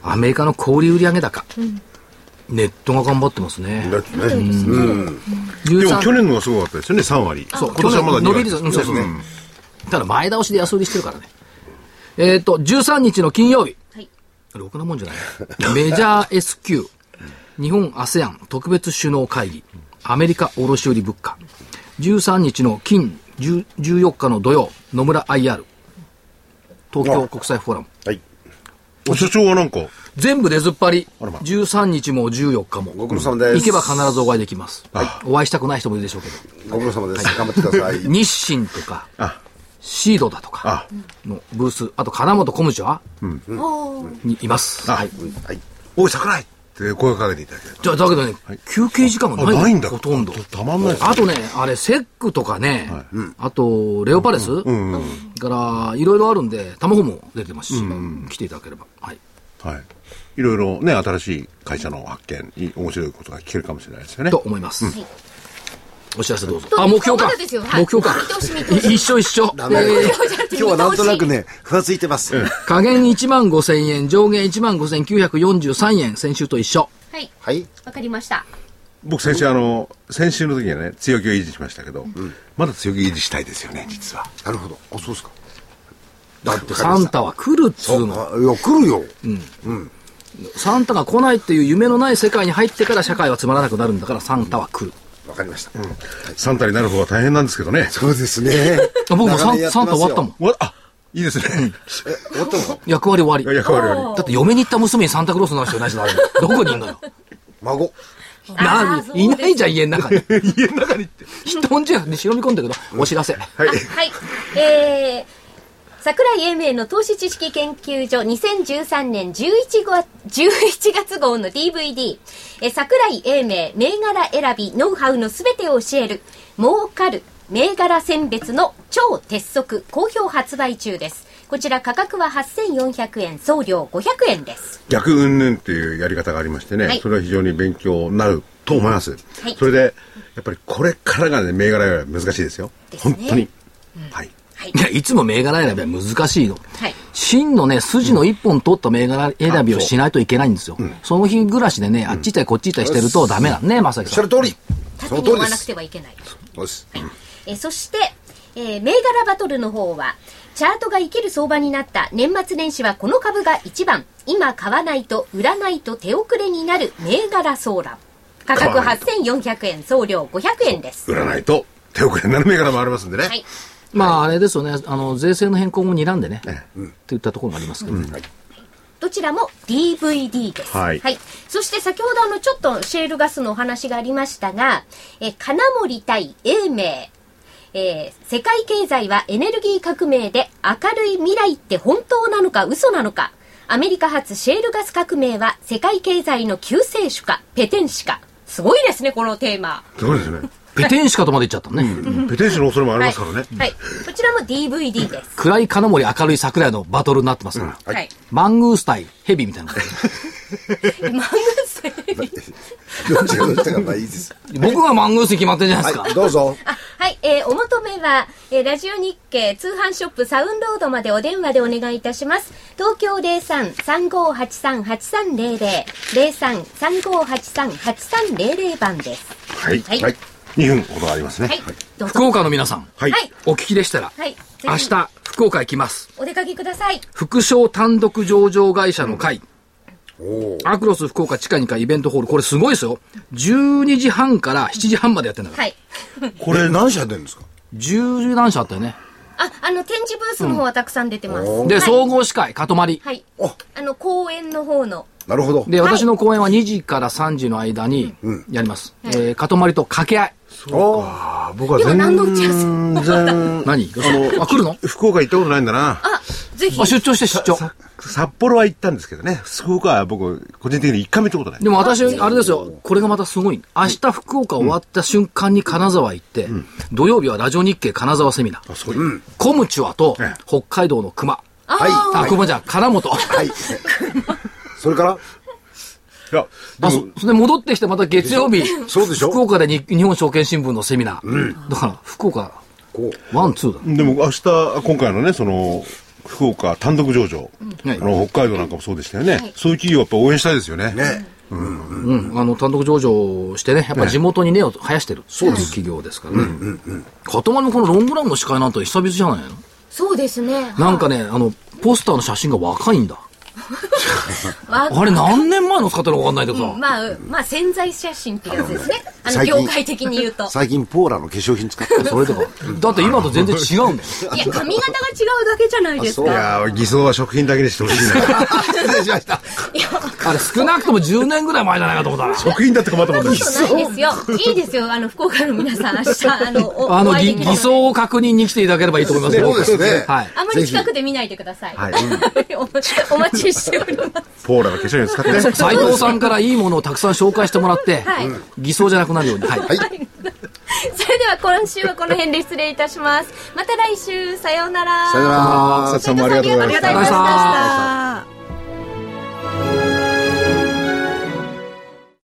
Speaker 1: アメリカの小売売上高、ネットが頑張ってますね。
Speaker 3: だってね。
Speaker 4: でも
Speaker 1: 13
Speaker 4: 去年のがすごかったですよね、3割。
Speaker 1: そう、
Speaker 4: 今年はまだ2割
Speaker 1: 伸びるぞ、うんそうそうそう。ただ前倒しで安売りしてるからね。えっ、と、13日の金曜日。
Speaker 2: はい
Speaker 1: ろくなもんじゃない。メジャー S q 日本 ASEAN 特別首脳会議、アメリカ卸売物価。13日の金、10 14日の土曜、野村 IR、東京国際フォーラム。
Speaker 3: はい。
Speaker 4: お所長はなんか、
Speaker 1: 全部出ずっぱり。
Speaker 4: あらま
Speaker 1: 13日も14日も。
Speaker 3: ご苦労様です。
Speaker 1: 行けば必ずお会いできます。お会いしたくない人もいるでしょうけど。
Speaker 3: ご苦労様です。頑張って
Speaker 6: *laughs*
Speaker 3: ください。
Speaker 1: 日清とか、
Speaker 4: あ、
Speaker 1: シードだとか。
Speaker 4: あ、
Speaker 1: のブース、あと金本小ムは、
Speaker 2: おー
Speaker 1: にいます。はい。
Speaker 3: はい。
Speaker 4: おい、桜井って声をかけていただければ。
Speaker 1: じゃあ、だけどね、休憩時間がない
Speaker 4: あないんだ
Speaker 1: ほとんど。
Speaker 4: たまんないですね
Speaker 1: あとね、あれ、セックとかね、あと、レオパレス、から、いろいろあるんで、タマホも出てますし、来ていただければ。はい。
Speaker 4: はい。いろいろね、新しい会社の発見、い面白いことが聞けるかもしれないですよね
Speaker 1: と。思います。お知らせどうぞ。
Speaker 2: う
Speaker 1: あ、目標か。
Speaker 2: まだですよはい
Speaker 1: 目標か
Speaker 2: 見通し見通。し
Speaker 1: い一緒一緒。
Speaker 3: ダメだ
Speaker 1: えー
Speaker 3: *laughs* 今日はなんとなくね、ふわついてます。
Speaker 1: 下限1万5000円、上限1万5943円、先週と一緒。
Speaker 2: はい
Speaker 3: はい。
Speaker 2: わかりました
Speaker 4: 僕先週あの、先週の時はね、強気を維持しましたけど、まだ強気維持したいですよね、実は。
Speaker 3: なるほど。あ、そうですか。だって
Speaker 1: サンタは来るっつうの。
Speaker 3: あいや、来るよ。
Speaker 1: サンタが来ないっていう夢のない世界に入ってから社会はつまらなくなるんだから、サンタは来る。
Speaker 3: わかりました。
Speaker 4: サンタになる方は大変なんですけどね。
Speaker 3: そうですね。
Speaker 1: あ僕もサン
Speaker 3: 長年やて
Speaker 1: サン
Speaker 3: ま
Speaker 1: タ
Speaker 3: すよ
Speaker 1: 終わったもん。。
Speaker 4: わあ、いいですね。
Speaker 3: 終わったの
Speaker 1: 役割終わり。
Speaker 4: *laughs* 役割あり。
Speaker 1: だって嫁に行った娘にサンタクロースの話じゃないし、誰もどこにいんの *laughs* よ。
Speaker 3: 孫。
Speaker 1: な
Speaker 2: あーそうです
Speaker 1: いないじゃん、家の中に。 *laughs* 家の中にって。人んちに忍び込んだけど、お知らせ。
Speaker 4: はい。
Speaker 2: はい。えー、桜井英明の投資知識研究所2013年11号 ,11 月号の DVD、えー桜井英明銘柄選びノウハウのすべてを教える、儲かる銘柄選別の超鉄則、好評発売中です。こちら価格は8400円、送料500円です。
Speaker 4: 逆云々っていうやり方がありましてね、
Speaker 2: はい
Speaker 4: それは非常に勉強になると思います、
Speaker 2: はい
Speaker 4: それでやっぱりこれからがね銘柄は難しいですよ
Speaker 2: ですね
Speaker 4: 本当に、はい
Speaker 2: はい
Speaker 1: い。や、いつも銘柄選びは難しいの。
Speaker 2: はい。
Speaker 1: 真のね、筋の一本取った銘柄選びをしないといけないんですよ。その日暮らしでね、あっち行ったりこっち行ったりしてるとダメなんね、まさ
Speaker 3: お
Speaker 1: き
Speaker 3: っしゃ
Speaker 1: さ
Speaker 3: る
Speaker 1: ん。
Speaker 3: 通り。そ
Speaker 2: 縦に追
Speaker 3: の通りで
Speaker 2: わなく
Speaker 3: す
Speaker 2: て。はいけない。
Speaker 3: そうです。
Speaker 2: えーそして、えー銘柄バトルの方は、チャートが生きる相場になった年末年始はこの株が一番。今買わないと、売らないと手遅れになる銘柄ソーラン。価格
Speaker 4: 買わない
Speaker 2: 8400円、送料500円です。
Speaker 4: 売らないと手遅れになる銘柄もありますんでね、
Speaker 2: はい。
Speaker 1: まあ、あれですよね、あの、税制の変更も睨んでね、
Speaker 4: ええ
Speaker 1: って言ったところもありますけどね。
Speaker 2: どちらも DVD です。
Speaker 4: はい
Speaker 2: そして先ほどあの、ちょっとシェールガスのお話がありましたが、えー金森対英明。えー世界経済はエネルギー革命で明るい未来って本当なのか嘘なのか。アメリカ発シェールガス革命は世界経済の救世主か、ペテン師か。すごいですね、このテーマ。
Speaker 4: すごいですね
Speaker 1: ペテンシカとまで言っちゃったね。
Speaker 4: ペテンシの恐れもあ
Speaker 2: は
Speaker 4: りま
Speaker 2: い。
Speaker 4: すからね、
Speaker 2: はい。こちらも DVD です。
Speaker 1: 暗い金森明るい桜井のバトルになってますから。
Speaker 2: はい。
Speaker 1: マングース対ヘビみたいな。
Speaker 2: 漫画生
Speaker 3: *laughs* どっちがどっちがまあいいです。
Speaker 1: 僕がマングースに決まってんじゃないですか。
Speaker 3: はい、どうぞ。
Speaker 2: あはい、えーお求めは、えーラジオ日経通販ショップサウンロードまでお電話でお願いいたします。東京03-3583-8300、03-3583-8300番です。
Speaker 4: はい
Speaker 2: はい
Speaker 4: はい2分ほどありますね、
Speaker 2: はい、どうぞ。
Speaker 1: 福岡の皆さん、
Speaker 4: はい
Speaker 2: はい、
Speaker 1: お聞きでしたら、
Speaker 2: はいぜひ
Speaker 1: 明日、福岡行きます。
Speaker 2: お出かけください。
Speaker 1: 副賞単独上場会社の会。
Speaker 3: おお。
Speaker 1: アクロス福岡地下2階イベントホール、これすごいですよ。12時半から7時半までやってんだから。
Speaker 2: はい。
Speaker 3: これ何社出るんですか
Speaker 1: 10何社あったよね。
Speaker 2: あ、あの、展示ブースの方はたくさん出てます。
Speaker 3: うん
Speaker 1: で、
Speaker 2: はい、
Speaker 1: 総合司会、かとまり。
Speaker 2: はい。
Speaker 3: あ
Speaker 2: あの、公園の方の、
Speaker 3: なるほど。
Speaker 1: で、私の公演は2時から3時の間にやります。えー、かとまりと掛け合い。
Speaker 3: お
Speaker 4: あ僕は
Speaker 2: 今
Speaker 4: 全
Speaker 2: 何の打ち合わせ *laughs*
Speaker 4: 然
Speaker 1: 何どうしたあ、来るの
Speaker 4: 福岡行ったことないんだな
Speaker 2: あ、ぜひ
Speaker 1: あ、、出張して出張。
Speaker 4: さ札幌は行ったんですけどね福岡は僕個人的に一回も行ったことない
Speaker 1: でも私、あれですよ、これがまたすごい。明日福岡終わった瞬間に金沢行って、土曜日はラジオ日経金沢セミナー。
Speaker 4: あそういう
Speaker 1: コムチュアと
Speaker 4: ええ
Speaker 1: 北海道の熊。
Speaker 3: はい。
Speaker 1: あ、
Speaker 3: はい。
Speaker 1: 熊じゃん、金本。
Speaker 3: はい。それから
Speaker 4: いやで
Speaker 1: あ、
Speaker 4: も
Speaker 1: そそれで戻ってきてまた月曜日、
Speaker 3: そうでしょ
Speaker 1: 福岡でに日本証券新聞のセミナー。だから、福岡、
Speaker 3: こ
Speaker 1: ワン、ツーだ。
Speaker 4: でも明日、今回のね、その、福岡単独上場、
Speaker 1: はい
Speaker 4: あの北海道なんかもそうでしたよね、そういう企業はやっぱ応援したいですよね。
Speaker 3: う。ね。
Speaker 1: うん、あの、単独上場してね、やっぱり地元に根を生やしてる。そうです。企業ですからね。かとまりもこのロングランの司会なんて久々じゃないの
Speaker 2: そうですね。
Speaker 1: なんかね、あの、ポスターの写真が若いんだ。
Speaker 2: わ
Speaker 1: あれ何年前の使ったのかわかんないけどさ。
Speaker 2: まあ、まあ、潜在写真ってやつですね。あの、
Speaker 3: 最近
Speaker 2: 業界的に言う
Speaker 3: *laughs*
Speaker 2: と。
Speaker 3: 最近ポーラの化粧品使ってる。
Speaker 1: それとか。だって今と全然違うんだよ。
Speaker 2: いや、髪型が違うだけじゃないです
Speaker 4: い
Speaker 2: か。
Speaker 4: やー、偽装は食品だけにしてほしい *laughs* な。
Speaker 3: 失礼しました。
Speaker 1: *laughs* あれ少なくとも10年ぐらい前じゃないかと思ったな。
Speaker 4: 食品だって困ったもんね。
Speaker 2: そうないですよ。いいですよ。あの、福岡の皆さん、明日、あの、お
Speaker 1: あ
Speaker 2: お
Speaker 1: の、
Speaker 2: 会い
Speaker 1: ぎ
Speaker 2: できるの
Speaker 1: 偽装を確認に来ていただければいいと思いますけど
Speaker 3: そうですね
Speaker 1: はい。
Speaker 2: あまり近くで見ないでください。
Speaker 4: はい
Speaker 2: *laughs* お待ちお待ちしております。
Speaker 4: ポーラの化粧品を使って *laughs* ね。
Speaker 1: 斉藤さんからいいものをたくさん紹介してもらって、
Speaker 2: はい
Speaker 1: 偽装じゃなくなるように。はい。
Speaker 2: それでは、今週はこの辺で失礼いたします。また来週、さようなら。
Speaker 3: さよなら。
Speaker 4: さつさんもありがとうございま
Speaker 2: 斉
Speaker 4: した
Speaker 2: 藤さんありがとうございました。
Speaker 6: あー